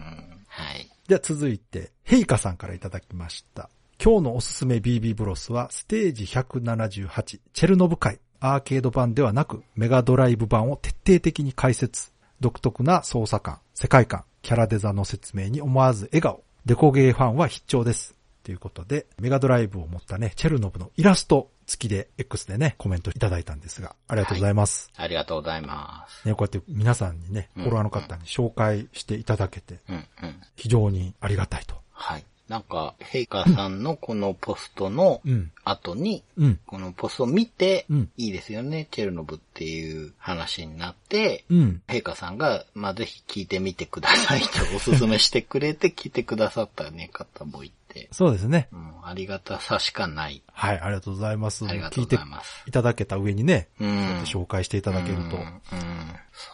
Speaker 3: はい。
Speaker 2: じゃあ続いて、ヘイカさんからいただきました。今日のおすすめ BB ブロスは、ステージ178、チェルノブ海、アーケード版ではなく、メガドライブ版を徹底的に解説。独特な操作感、世界観、キャラデザの説明に思わず笑顔。デコゲーファンは必聴です。ということで、メガドライブを持ったね、チェルノブのイラスト付きで X でね、コメントいただいたんですが、ありがとうございます。
Speaker 3: ありがとうございます。
Speaker 2: ね、こうやって皆さんにね、
Speaker 3: う
Speaker 2: フォ
Speaker 3: ん
Speaker 2: ロワーの方に紹介していただけて、
Speaker 3: うんうん。
Speaker 2: 非常にありがたいと。
Speaker 3: はい。なんか、ヘイカーさんのこのポストの
Speaker 2: うん。
Speaker 3: 後に、
Speaker 2: うん。
Speaker 3: このポストを見て
Speaker 2: うん、
Speaker 3: いいですよね、チェルノブっていう話になって、
Speaker 2: うん。
Speaker 3: ヘイカーさんが、まあ、ぜひ聞いてみてくださいと おすすめしてくれて、聞いてくださったね、方もいて、
Speaker 2: そうですね。
Speaker 3: うん、ありがたさしかない。
Speaker 2: はい、ありがとうございます。
Speaker 3: ありがとうございます
Speaker 2: 聞いていただけた上にね、
Speaker 3: うん。
Speaker 2: 紹介していただける
Speaker 3: う
Speaker 2: と
Speaker 3: ん、うん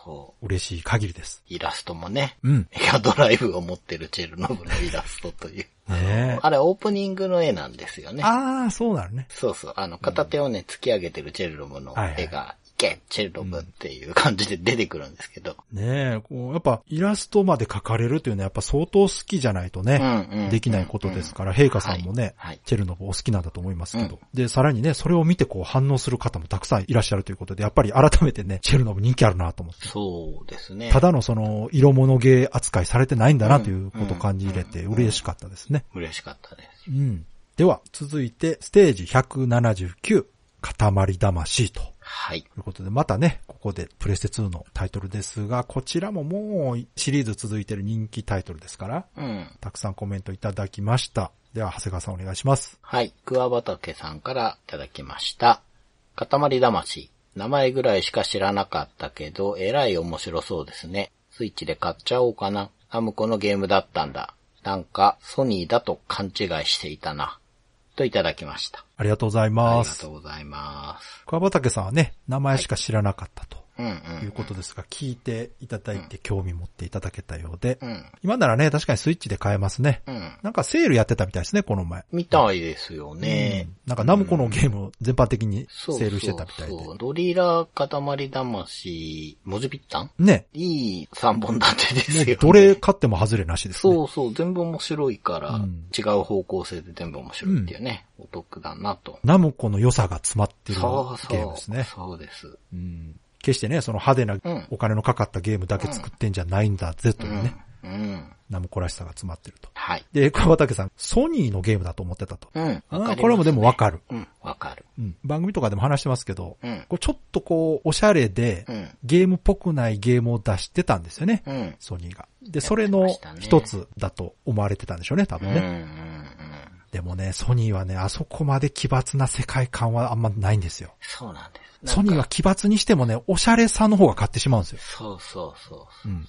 Speaker 3: そう。
Speaker 2: 嬉しい限りです。
Speaker 3: イラストもね、
Speaker 2: うん。
Speaker 3: メガドライブを持ってるチェルノブのイラストという。
Speaker 2: ねえ。
Speaker 3: あれ、オープニングの絵なんですよね。
Speaker 2: ああ、そうなるね。
Speaker 3: そうそう。あの、片手をね、突き上げてるチェルノブの
Speaker 2: はいはい
Speaker 3: 絵が、いけチェルノブっていう感じで出てくるんですけど。
Speaker 2: ねえ、こう、やっぱイラストまで描かれるというのはやっぱ相当好きじゃないとね、
Speaker 3: うんうん
Speaker 2: できないことですから、陛下さんもね、
Speaker 3: はいはい
Speaker 2: チェルノブお好きなんだと思いますけど、
Speaker 3: うん
Speaker 2: で、さらにね、それを見てこう反応する方もたくさんいらっしゃるということで、やっぱり改めてね、チェルノブ人気あるなと思って。
Speaker 3: そうですね。
Speaker 2: ただのその、色物芸扱いされてないんだなということを感じ入れて嬉しかったですね。
Speaker 3: 嬉しかったです。
Speaker 2: うん。では、続いて、ステージ179、塊魂と。
Speaker 3: はい。
Speaker 2: ということで、またね、ここでプレステ2のタイトルですが、こちらももうシリーズ続いてる人気タイトルですから、
Speaker 3: うん。
Speaker 2: たくさんコメントいただきました。では、長谷川さんお願いします。
Speaker 3: はい。桑畑さんからいただきました。塊魂。名前ぐらいしか知らなかったけど、えらい面白そうですね。スイッチで買っちゃおうかな。アムコのゲームだったんだ。なんか、ソニーだと勘違いしていたな。といただきました。
Speaker 2: ありがとうござい
Speaker 3: あ
Speaker 2: ま
Speaker 3: りが
Speaker 2: す
Speaker 3: と。うございます。
Speaker 2: 桑畑さんはね、名前しか知らなかったと
Speaker 3: うんう。
Speaker 2: いうんことですが、聞いていただいて興味持っていただけたようで
Speaker 3: う、ん。
Speaker 2: 今ならね、確かにスイッチで買えますね。
Speaker 3: うん。
Speaker 2: なんかセールやってたみたいですね、この前。
Speaker 3: みたいですよね。
Speaker 2: うんなんかナムコのゲーム全般的にセ
Speaker 3: そう
Speaker 2: ールしてたみたい
Speaker 3: そうそ
Speaker 2: で
Speaker 3: う。ドリラ、塊魂、文字ぴったん
Speaker 2: ね。
Speaker 3: いい3本立てですよ、
Speaker 2: も
Speaker 3: ね。
Speaker 2: うどれ買っても外れなしですね。
Speaker 3: そうそう、全部面白いから、
Speaker 2: うん
Speaker 3: 違う方向性で全部面白いっていうね、お得だなと。
Speaker 2: ナムコの良さが詰まってるゲ
Speaker 3: そうそう。
Speaker 2: ームですね。
Speaker 3: そうです。
Speaker 2: うん決してね、その派手
Speaker 3: うん
Speaker 2: なお金のかかったゲームだけ作ってんじゃないんだぜとい
Speaker 3: う
Speaker 2: うんね、。
Speaker 3: うん。
Speaker 2: ナムコらしさが詰まってると。
Speaker 3: はい。
Speaker 2: で、桑畑さん、ソニーのゲームだと思ってたと。
Speaker 3: うん。わかります
Speaker 2: あーこれもでもわかる、
Speaker 3: うん、わかる。
Speaker 2: うん番組とかでも話してますけど、
Speaker 3: うん
Speaker 2: こうちょっとこう、おしゃれで、
Speaker 3: うん。
Speaker 2: ゲームっぽくないゲームを出してたんですよね。
Speaker 3: うん。
Speaker 2: ソニーが。で、
Speaker 3: や
Speaker 2: そ
Speaker 3: って
Speaker 2: れ
Speaker 3: ま
Speaker 2: の
Speaker 3: したね
Speaker 2: 一つだと思われてたんでしょうね、多
Speaker 3: うん。
Speaker 2: 分
Speaker 3: うん。
Speaker 2: ね。
Speaker 3: うん
Speaker 2: でもね、ソニーはね、あそこまで奇抜な世界観はあんまないんですよ。
Speaker 3: そうなんです。なん
Speaker 2: ソ
Speaker 3: か
Speaker 2: ニーは。奇抜にしてもね、おしゃれさの方が買ってしまうんですよ。
Speaker 3: そうそうそう。
Speaker 2: うん。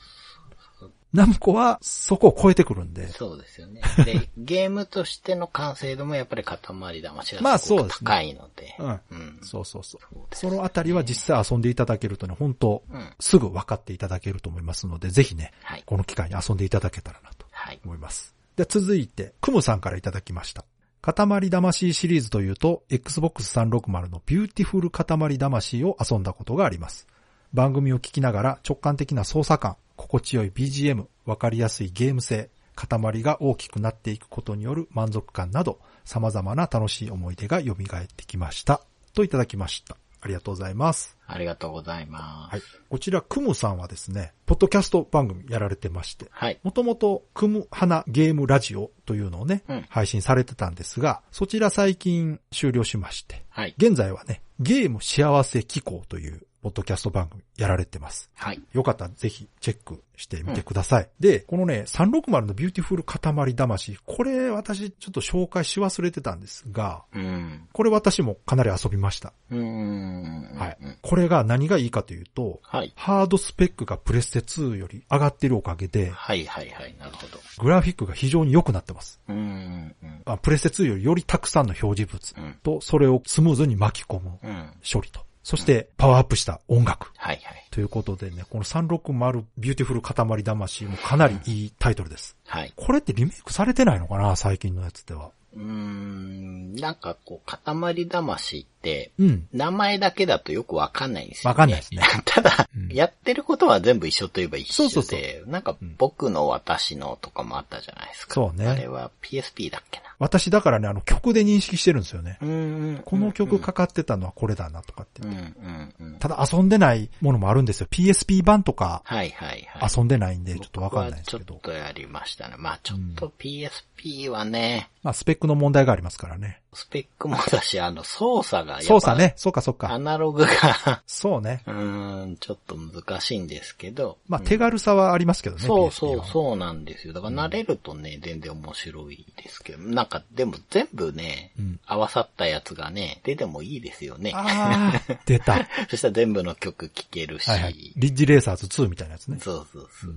Speaker 2: ナムコはそこを超えてくるんで。
Speaker 3: そうです よね。で、ゲームとしての完成度もやっぱり塊魂
Speaker 2: ま
Speaker 3: が
Speaker 2: あ
Speaker 3: すご
Speaker 2: そう
Speaker 3: く
Speaker 2: ですね
Speaker 3: 高いので。
Speaker 2: うん。
Speaker 3: うん。
Speaker 2: そうそうそう。
Speaker 3: そうです
Speaker 2: そのあたりは実際遊んでいただけるとね、本当
Speaker 3: うん
Speaker 2: すぐ分かっていただけると思いますので、ぜひね、
Speaker 3: はい。
Speaker 2: この機会に遊んでいただけたらなと
Speaker 3: はい。
Speaker 2: 思います。で、続いて、クムさんからいただきました。塊魂シリーズというと、Xbox 360のビューティフル塊魂を遊んだことがあります。番組を聞きながら直感的な操作感、心地よい BGM、わかりやすいゲーム性、塊が大きくなっていくことによる満足感など、様々な楽しい思い出が蘇ってきました。といただきました。ありがとうございます。
Speaker 3: ありがとうございます。
Speaker 2: はい。こちら、クムさんはですね、ポッドキャスト番組やられてまして、
Speaker 3: はい。
Speaker 2: もともと、クムハナゲームラジオというのをね、
Speaker 3: うん
Speaker 2: 配信されてたんですが、そちら最近終了しまして、
Speaker 3: はい。
Speaker 2: 現在はね、ゲーム幸せ機構という、ポッドキャスト番組やられてます。
Speaker 3: はい。
Speaker 2: よかったらぜひチェックしてみてください。で、このね、360のビューティフル塊魂、これ私ちょっと紹介し忘れてたんですが、
Speaker 3: うん。
Speaker 2: これ私もかなり遊びました。
Speaker 3: うーん。
Speaker 2: はい。これが何がいいかというと、
Speaker 3: はい。
Speaker 2: ハードスペックがプレステ2より上がってるおかげで、
Speaker 3: はいはいはい。なるほど。
Speaker 2: グラフィックが非常に良くなってます。
Speaker 3: うーん。うん
Speaker 2: あプレステ2よりよりたくさんの表示
Speaker 3: う
Speaker 2: 物
Speaker 3: ん
Speaker 2: と、それをスムーズに巻き込む
Speaker 3: うん。はい
Speaker 2: 処理と、そしてパワーアップした音楽。
Speaker 3: はい。
Speaker 2: ということでね、この360ビューティフル塊魂もかなりいいタイトルです。
Speaker 3: はい。
Speaker 2: これってリメイクされてないのかな最近のやつでは。
Speaker 3: うーん、なんかこう、塊魂って、
Speaker 2: うん。
Speaker 3: 名前だけだとよくわかんないんですよ、ね。
Speaker 2: わかんないですね。
Speaker 3: ただ、
Speaker 2: うん
Speaker 3: やってることは全部一緒といえば一緒で、
Speaker 2: そうそう
Speaker 3: なんか僕の私のとかもあったじゃないですか。
Speaker 2: そうね
Speaker 3: あれは PSP だっけな。
Speaker 2: 私だからね、あの曲で認識してるんですよね。
Speaker 3: うんうんうん
Speaker 2: この曲かかってたのはこれだなとかって。
Speaker 3: うんうんうん。
Speaker 2: ただ遊んでないものもあるんですよ。PSP 版とか
Speaker 3: はいはいはい。
Speaker 2: 遊んでないんで、ちょっとわかんないですけ
Speaker 3: 僕は
Speaker 2: ど
Speaker 3: ち。ょっとやりましたね。まあちょっと PSP はね、
Speaker 2: まあ、スペックの問題がありますからね。
Speaker 3: スペックもだし、あの操作がやっぱ
Speaker 2: 操作。ね。そうかそう
Speaker 3: ア
Speaker 2: か。
Speaker 3: ナログが、
Speaker 2: そうね。
Speaker 3: うーん、ちょっと難しいんですけど。
Speaker 2: まあ、手軽さはありますけどね。
Speaker 3: そうそ
Speaker 2: PSP
Speaker 3: う
Speaker 2: は
Speaker 3: そうなんですよ。だから慣れるとね、全然面白いですけど、なんかでも全部ね、
Speaker 2: うん
Speaker 3: 合わさったやつがね、出てもいいですよね。
Speaker 2: ああ、出 た。は
Speaker 3: そしたら全部の曲聴けるし、
Speaker 2: いはい。リッジレーサーズ2みたいなやつね。
Speaker 3: そうそうそう。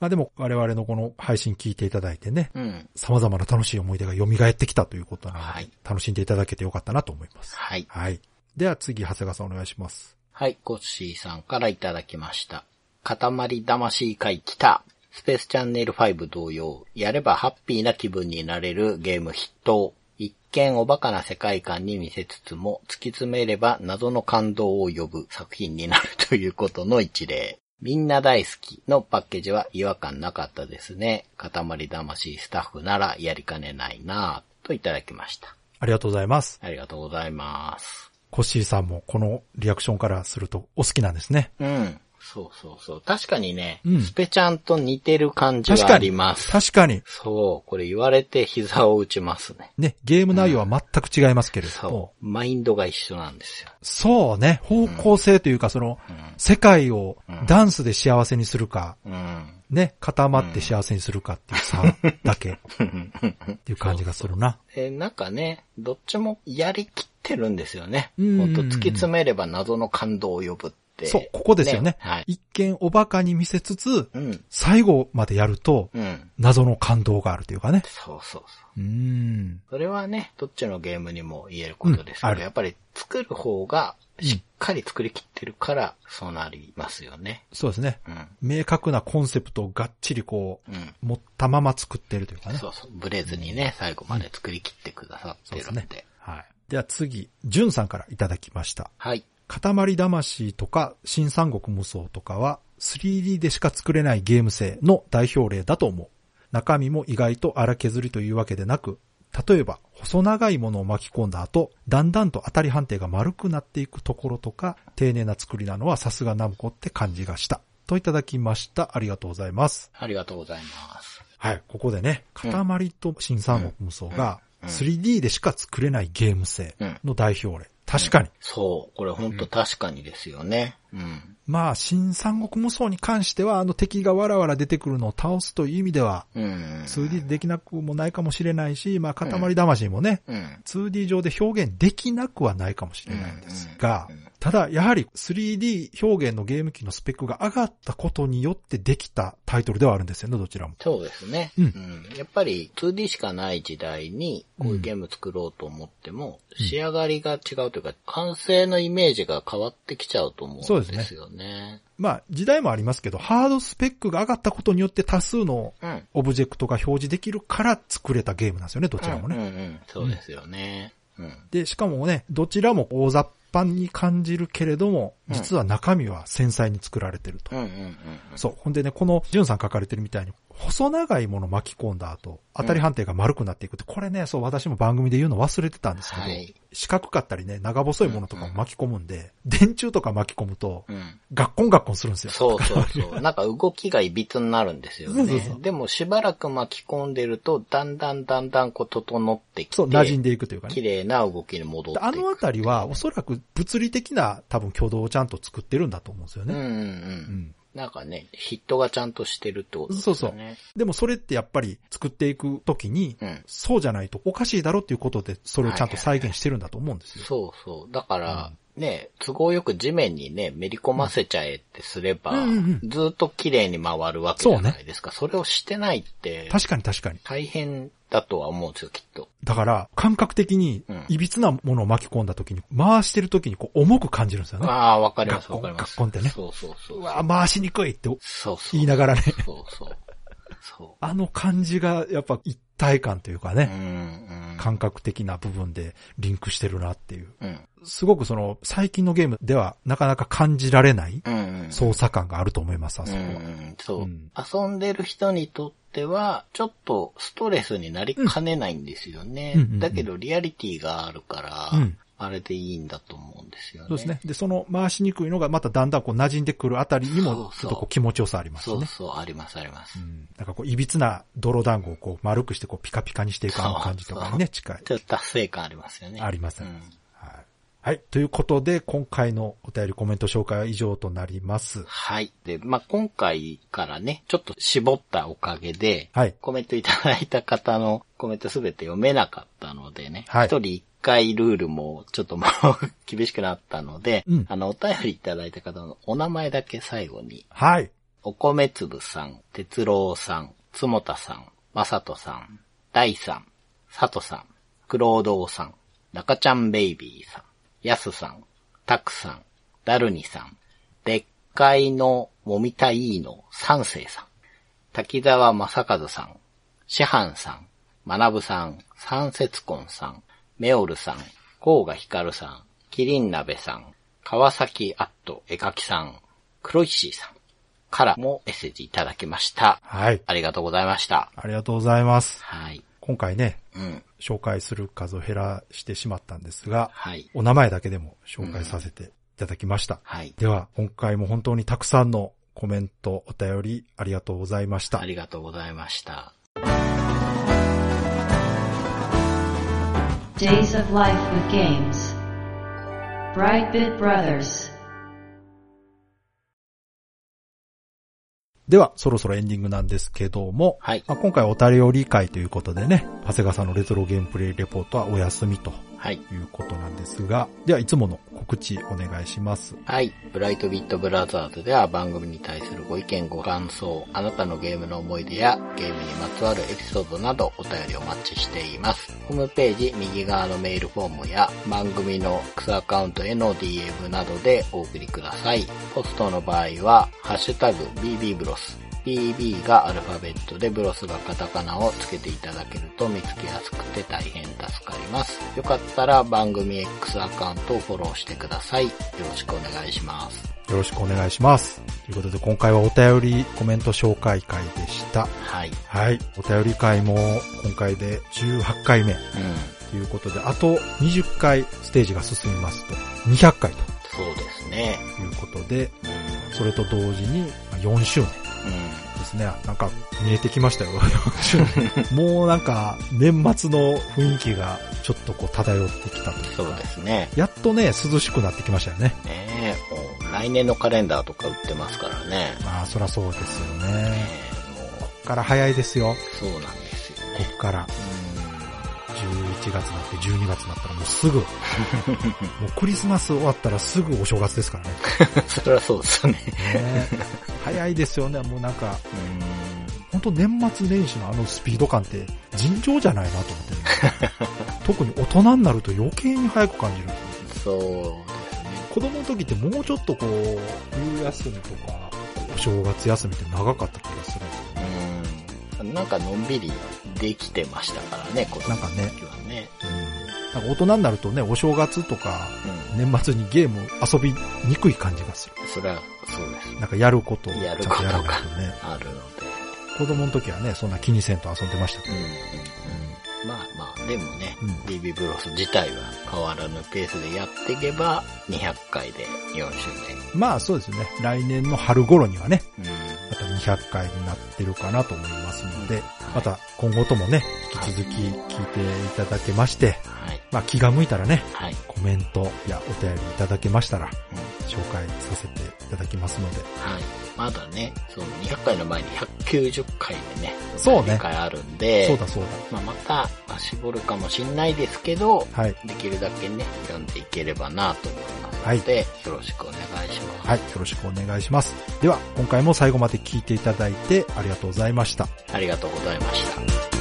Speaker 2: まあでも我々のこの配信聞いていただいてね、
Speaker 3: うん。
Speaker 2: 様々な楽しい思い出が蘇ってきたということなので、
Speaker 3: はい
Speaker 2: 楽しんでいただけてよかったなと思います。
Speaker 3: はい。
Speaker 2: はい。では次、長谷川さんお願いします。
Speaker 3: はい、コッシーさんからいただきました。塊魂会来た。スペースチャンネル5同様、やればハッピーな気分になれるゲーム筆頭。一見おバカな世界観に見せつつも、突き詰めれば謎の感動を呼ぶ作品になるということの一例。みんな大好きのパッケージは違和感なかったですね。塊魂スタッフならやりかねないなぁ、といただきました。
Speaker 2: ありがとうございます。
Speaker 3: ありがとうございます。
Speaker 2: コッシーさんもこのリアクションからするとお好きなんですね。
Speaker 3: うん。そうそうそう。確かにね、
Speaker 2: うん
Speaker 3: スペちゃんと似てる感じ
Speaker 2: 確
Speaker 3: はあ
Speaker 2: か
Speaker 3: り
Speaker 2: に。
Speaker 3: ます。
Speaker 2: 確かに。
Speaker 3: そう、これ言われて膝を打ちますね。
Speaker 2: ね、ゲーム内容は全く違いますけれども
Speaker 3: そ、う。マインドが一緒なんですよ。
Speaker 2: そうね、方向性というかその、世界をダンスで幸せにするか、
Speaker 3: うん。
Speaker 2: ね、固まって幸せにするかっていう差だ け、っていう感じがするな。
Speaker 3: え、なんかね、どっちもやりきってるんですよね。
Speaker 2: うんうんう
Speaker 3: ほ
Speaker 2: ん
Speaker 3: んと突き詰めれば謎の感動を呼ぶって。
Speaker 2: そう、ここですよね。
Speaker 3: はい。
Speaker 2: 一見おバカに見せつつ、
Speaker 3: うん。
Speaker 2: 最後までやると、
Speaker 3: うん。
Speaker 2: 謎の感動があるというかね。
Speaker 3: そうそうそ
Speaker 2: う
Speaker 3: う。
Speaker 2: ん。
Speaker 3: それはね、どっちのゲームにも言えることですけ
Speaker 2: うんあ
Speaker 3: ど、
Speaker 2: る
Speaker 3: やっぱり作る方がし
Speaker 2: うん
Speaker 3: っかり作りきってるから、そうなりますよね。
Speaker 2: そうですね。
Speaker 3: うん。
Speaker 2: 明確なコンセプトをがっちりこ
Speaker 3: うん。
Speaker 2: う、持ったまま作ってるというかね。
Speaker 3: そうそう、ブレずにね、最後まで作り切ってくださってるんで。
Speaker 2: そうではい。では次、ジュンさんからいただきました。
Speaker 3: はい。
Speaker 2: 塊魂とか新三国無双とかは 3D でしか作れないゲーム性の代表例だと思う。中身も意外と荒削りというわけでなく、例えば細長いものを巻き込んだ後、だんだんと当たり判定が丸くなっていくところとか、丁寧な作りなのはさすがナムコって感じがした。といただきました。ありがとうございます。
Speaker 3: ありがとうございます。
Speaker 2: はい、ここでね、塊と新三国無双が
Speaker 3: うん
Speaker 2: 3D でしか作れないゲーム性の代表例。確かに。
Speaker 3: そう、これほんと確かにですよね。うん。
Speaker 2: まあ、新三国無双に関しては、あの敵がわらわら出てくるのを倒すという意味では、
Speaker 3: うん。
Speaker 2: 2D でできなくもないかもしれないし、まあ、塊魂もね、
Speaker 3: うん。
Speaker 2: 2D 上で表現できなくはないかもしれないんですが、ただ、やはり 3D 表現のゲーム機のスペックが上がったことによってできたタイトルではあるんですよね、どちらも。
Speaker 3: そうですね。
Speaker 2: うん
Speaker 3: んやっぱり 2D しかない時代に、こういうゲーム作ろうと思っても、仕上がりが違うというか、完成のイメージが変わってきちゃうと思
Speaker 2: そううんですね
Speaker 3: ですよね。
Speaker 2: まあ、時代もありますけど、ハードスペックが上がったことによって多数の
Speaker 3: うん。
Speaker 2: オブジェクトが表示できるから作れたゲームなんですよね、どちらもね。
Speaker 3: うんうんうん。そうですよね。うん。
Speaker 2: で、しかもね、どちらも大雑把に感じるけれども、
Speaker 3: うん
Speaker 2: 実は中身は繊細に作られてると。
Speaker 3: うんうんうんうん。
Speaker 2: そう。ほんでね、この、ジュンさん書かれてるみたいに、細長いもの巻き込んだ後、当たり判定が丸くなっていくって、これね、そう、私も番組で言うの忘れてたんですけど、
Speaker 3: はい
Speaker 2: 四角かったりね、長細いものとかも巻き込むんで、電柱とか巻き込むと、
Speaker 3: うん。
Speaker 2: ガッコンガッコンするんですよ。
Speaker 3: そうそうそう。 なんか動きがいびつになるんですよね。
Speaker 2: そうそうそう
Speaker 3: でもしばらく巻き込んでると、だんだんだんだんこう整ってき て、
Speaker 2: そう、馴染んでいくというかね
Speaker 3: 綺。麗な動きに戻っていく。
Speaker 2: あのあたりは、おそらく物理的な多分挙動をちゃんと作ってるんだと思うんですよ
Speaker 3: うんう
Speaker 2: ね。
Speaker 3: んう。
Speaker 2: うんん
Speaker 3: なんかね、ヒットがちゃんとしてるってことです
Speaker 2: そう
Speaker 3: よ
Speaker 2: そう
Speaker 3: ね。。
Speaker 2: でもそれってやっぱり作っていくときに、
Speaker 3: うん
Speaker 2: そうじゃないとおかしいだろっていうことで、それをちゃんと再現してるんだと思うんですよ。
Speaker 3: そうそう。だから、ね、都合よく地面にね、めり込ませちゃえってすれば、
Speaker 2: うんうん
Speaker 3: ずーっと綺麗に回るわけじゃないですか。そ,、れをしてないって、
Speaker 2: 確かに確かに。
Speaker 3: 大変だとは思うんですよ、きっと。
Speaker 2: だから、感覚的に
Speaker 3: うん、
Speaker 2: いびつなものを巻き込んだときに、回してるときにこう重く感じるんですよね。
Speaker 3: ああ、わかります、
Speaker 2: ガッ
Speaker 3: わ
Speaker 2: コ
Speaker 3: か
Speaker 2: ン
Speaker 3: ります。
Speaker 2: ガッコンってね
Speaker 3: そうそうそう。
Speaker 2: うわ、回しにくいって
Speaker 3: そうそう。
Speaker 2: 言いながらね。
Speaker 3: そうそう。そ
Speaker 2: あの感じが、やっぱ一体感というか
Speaker 3: う。う
Speaker 2: ね。
Speaker 3: ん、うん。
Speaker 2: 感覚的な部分でリンクしてるなっていう。
Speaker 3: うん。
Speaker 2: すごくその、最近のゲームではなかなか感じられない
Speaker 3: うんうん。
Speaker 2: 操作感があると思います、あ
Speaker 3: う
Speaker 2: そ
Speaker 3: ん
Speaker 2: こ
Speaker 3: う
Speaker 2: は。
Speaker 3: ん。そう。
Speaker 2: うん
Speaker 3: 遊んでる人にとっては、ちょっとストレスになりかねないんですよね。
Speaker 2: うんうんうんうん
Speaker 3: だけど、リアリティがあるから、
Speaker 2: うん
Speaker 3: あれでいいんだと思うんですよね。
Speaker 2: そうですね。。で、その回しにくいのがまただんだんこう馴染んでくるあたりにも、ち
Speaker 3: そ
Speaker 2: ょ
Speaker 3: うそ
Speaker 2: っ
Speaker 3: う
Speaker 2: とこう気持ちよさあります
Speaker 3: そう
Speaker 2: ね。
Speaker 3: そう、ありますあります
Speaker 2: う。ん。なんかこう、いびつな泥団子をこう丸くしてこうピカピカにしていくあの感じとかにね、近い。
Speaker 3: ちょっと達成感ありますよね。
Speaker 2: あります
Speaker 3: う
Speaker 2: ね
Speaker 3: ん。
Speaker 2: はい。はい。ということで、今回のお便りコメント紹介は以上となります。
Speaker 3: はい。で、まあ、今回からね、ちょっと絞ったおかげで、
Speaker 2: はい。
Speaker 3: コメントいただいた方のコメントすべて読めなかったのでね。
Speaker 2: はい
Speaker 3: 一人一回ルールもちょっともう 厳しくなったので、
Speaker 2: うん
Speaker 3: あの、お便りいただいた方のお名前だけ最後に、
Speaker 2: はい。
Speaker 3: お米粒さん、哲郎さん、つもたさん、まさとさん、大さん、さとさん、くろうどうさん、中ちゃんベイビーさん、やすさん、たくさん、だるにさん、でっかいのもみたいの三世さん、滝沢正和さん、師範さん、学ぶさん、三節婚さん、メオルさん、甲賀ひかるさん、キリン鍋さん、川崎アット絵描きさん、黒石さんからもメッセージいただきました。
Speaker 2: はい。
Speaker 3: ありがとうございました。
Speaker 2: ありがとうございます。
Speaker 3: はい。
Speaker 2: 今回ね、
Speaker 3: うん。
Speaker 2: 紹介する数を減らしてしまったんですが、
Speaker 3: はい。
Speaker 2: お名前だけでも紹介させていただきました。
Speaker 3: はい。
Speaker 2: では、今回も本当にたくさんのコメント、お便りありがとうございました
Speaker 3: あ。りがとうございました。
Speaker 1: Days of Life with Games. Brightbit Brothers.
Speaker 2: では、そろそろエンディングなんですけども、
Speaker 3: はい。
Speaker 2: まあ、今回お便り会ということでね、長谷川さんのレトロゲームプレイレポートはお休みと
Speaker 3: はい。
Speaker 2: ということなんですが、ではいつもの告知お願いします。
Speaker 3: はい。ブライトビットブラザーズでは番組に対するご意見、ご感想、あなたのゲームの思い出やゲームにまつわるエピソードなどお便りお待ちしています。ホームページ右側のメールフォームや番組の X アカウントへの DM などでお送りください。ポストの場合は、ハッシュタグ BB ブロス。BB がアルファベットでブロスがカタカナをつけていただけると見つけやすくて大変助かります。よかったら番組 X アカウントをフォローしてください。よろしくお願いします。
Speaker 2: よろしくお願いします。ということで今回はお便りコメント紹介会でした。
Speaker 3: はい。
Speaker 2: はい。お便り会も今回で18回目
Speaker 3: うん。
Speaker 2: ということで、あと20回ステージが進みますと、200回と
Speaker 3: そうですね。
Speaker 2: いうことで、
Speaker 3: うん。。
Speaker 2: それと同時にまあ4周年ですね。なんか見えてきましたよ、4周 年。もうなんか年末の雰囲気がちょっとこう漂ってきたといううんか
Speaker 3: そうですね。
Speaker 2: やっとね、涼しくなってきましたよね。
Speaker 3: ねえ、もう来年のカレンダーとか売ってますからね。
Speaker 2: まあ、そらそうですよ
Speaker 3: ね
Speaker 2: ね。
Speaker 3: え、もう、
Speaker 2: こっから早いですよ。
Speaker 3: そうなんですよ
Speaker 2: こ
Speaker 3: ね。
Speaker 2: っから。11月になって12月になったらもうす ぐ。もうクリスマス終わったらすぐお正月ですからね。
Speaker 3: うん。 それはそうですね。
Speaker 2: ね早いですよね。もうなんか、
Speaker 3: うん。
Speaker 2: 本当年末年始のあのスピード感って尋常じゃないなと思って、 特に大人になると余計に早く感じる。
Speaker 3: そうですね。
Speaker 2: 子供の時ってもうちょっとこう、冬休みとか、お正月休みって長かった気がするんですよね
Speaker 3: うんなんかのんびりできてましたからね、子供の時はね。
Speaker 2: なんか大人になるとね、お正月とか、
Speaker 3: う
Speaker 2: 年末にゲーム遊びにくい感じがする。
Speaker 3: ん。それは、そうです。
Speaker 2: なんかやることをちゃ
Speaker 3: や
Speaker 2: ん
Speaker 3: る
Speaker 2: と
Speaker 3: こと
Speaker 2: やら
Speaker 3: が
Speaker 2: ないとね。
Speaker 3: あるので。
Speaker 2: 子供の時はね、そんな気にせんと遊んでましたけ
Speaker 3: うん
Speaker 2: ど。
Speaker 3: う
Speaker 2: うん
Speaker 3: んうん。まあまあ、でもね、
Speaker 2: うん
Speaker 3: BB ブロス自体は変わらぬペースでやっていけば、200回で4周
Speaker 2: まあそうですね。来年の春頃にはね、
Speaker 3: 年。
Speaker 2: また200回になってるかなと思いますので、
Speaker 3: い
Speaker 2: また今後ともね、引き続き聞いていただけまして、
Speaker 3: はい。
Speaker 2: まあ気が向いたらね、
Speaker 3: はい。
Speaker 2: コメントやお便りいただけましたら、
Speaker 3: うん
Speaker 2: 紹介させていただきますので。
Speaker 3: はい。まだね、その200回の前に190回でね、
Speaker 2: そうね
Speaker 3: 2回あるんで、
Speaker 2: そうだそう
Speaker 3: まあまた、まあ絞るかもしんないですけど、
Speaker 2: だ。はい。
Speaker 3: できるだけね、読んでいければなと思いますので、よろしくお願いします。
Speaker 2: はい、よろしくお願いします。では、今回も最後まで聞いていただいてありがとうございました。
Speaker 3: ありがとうございました。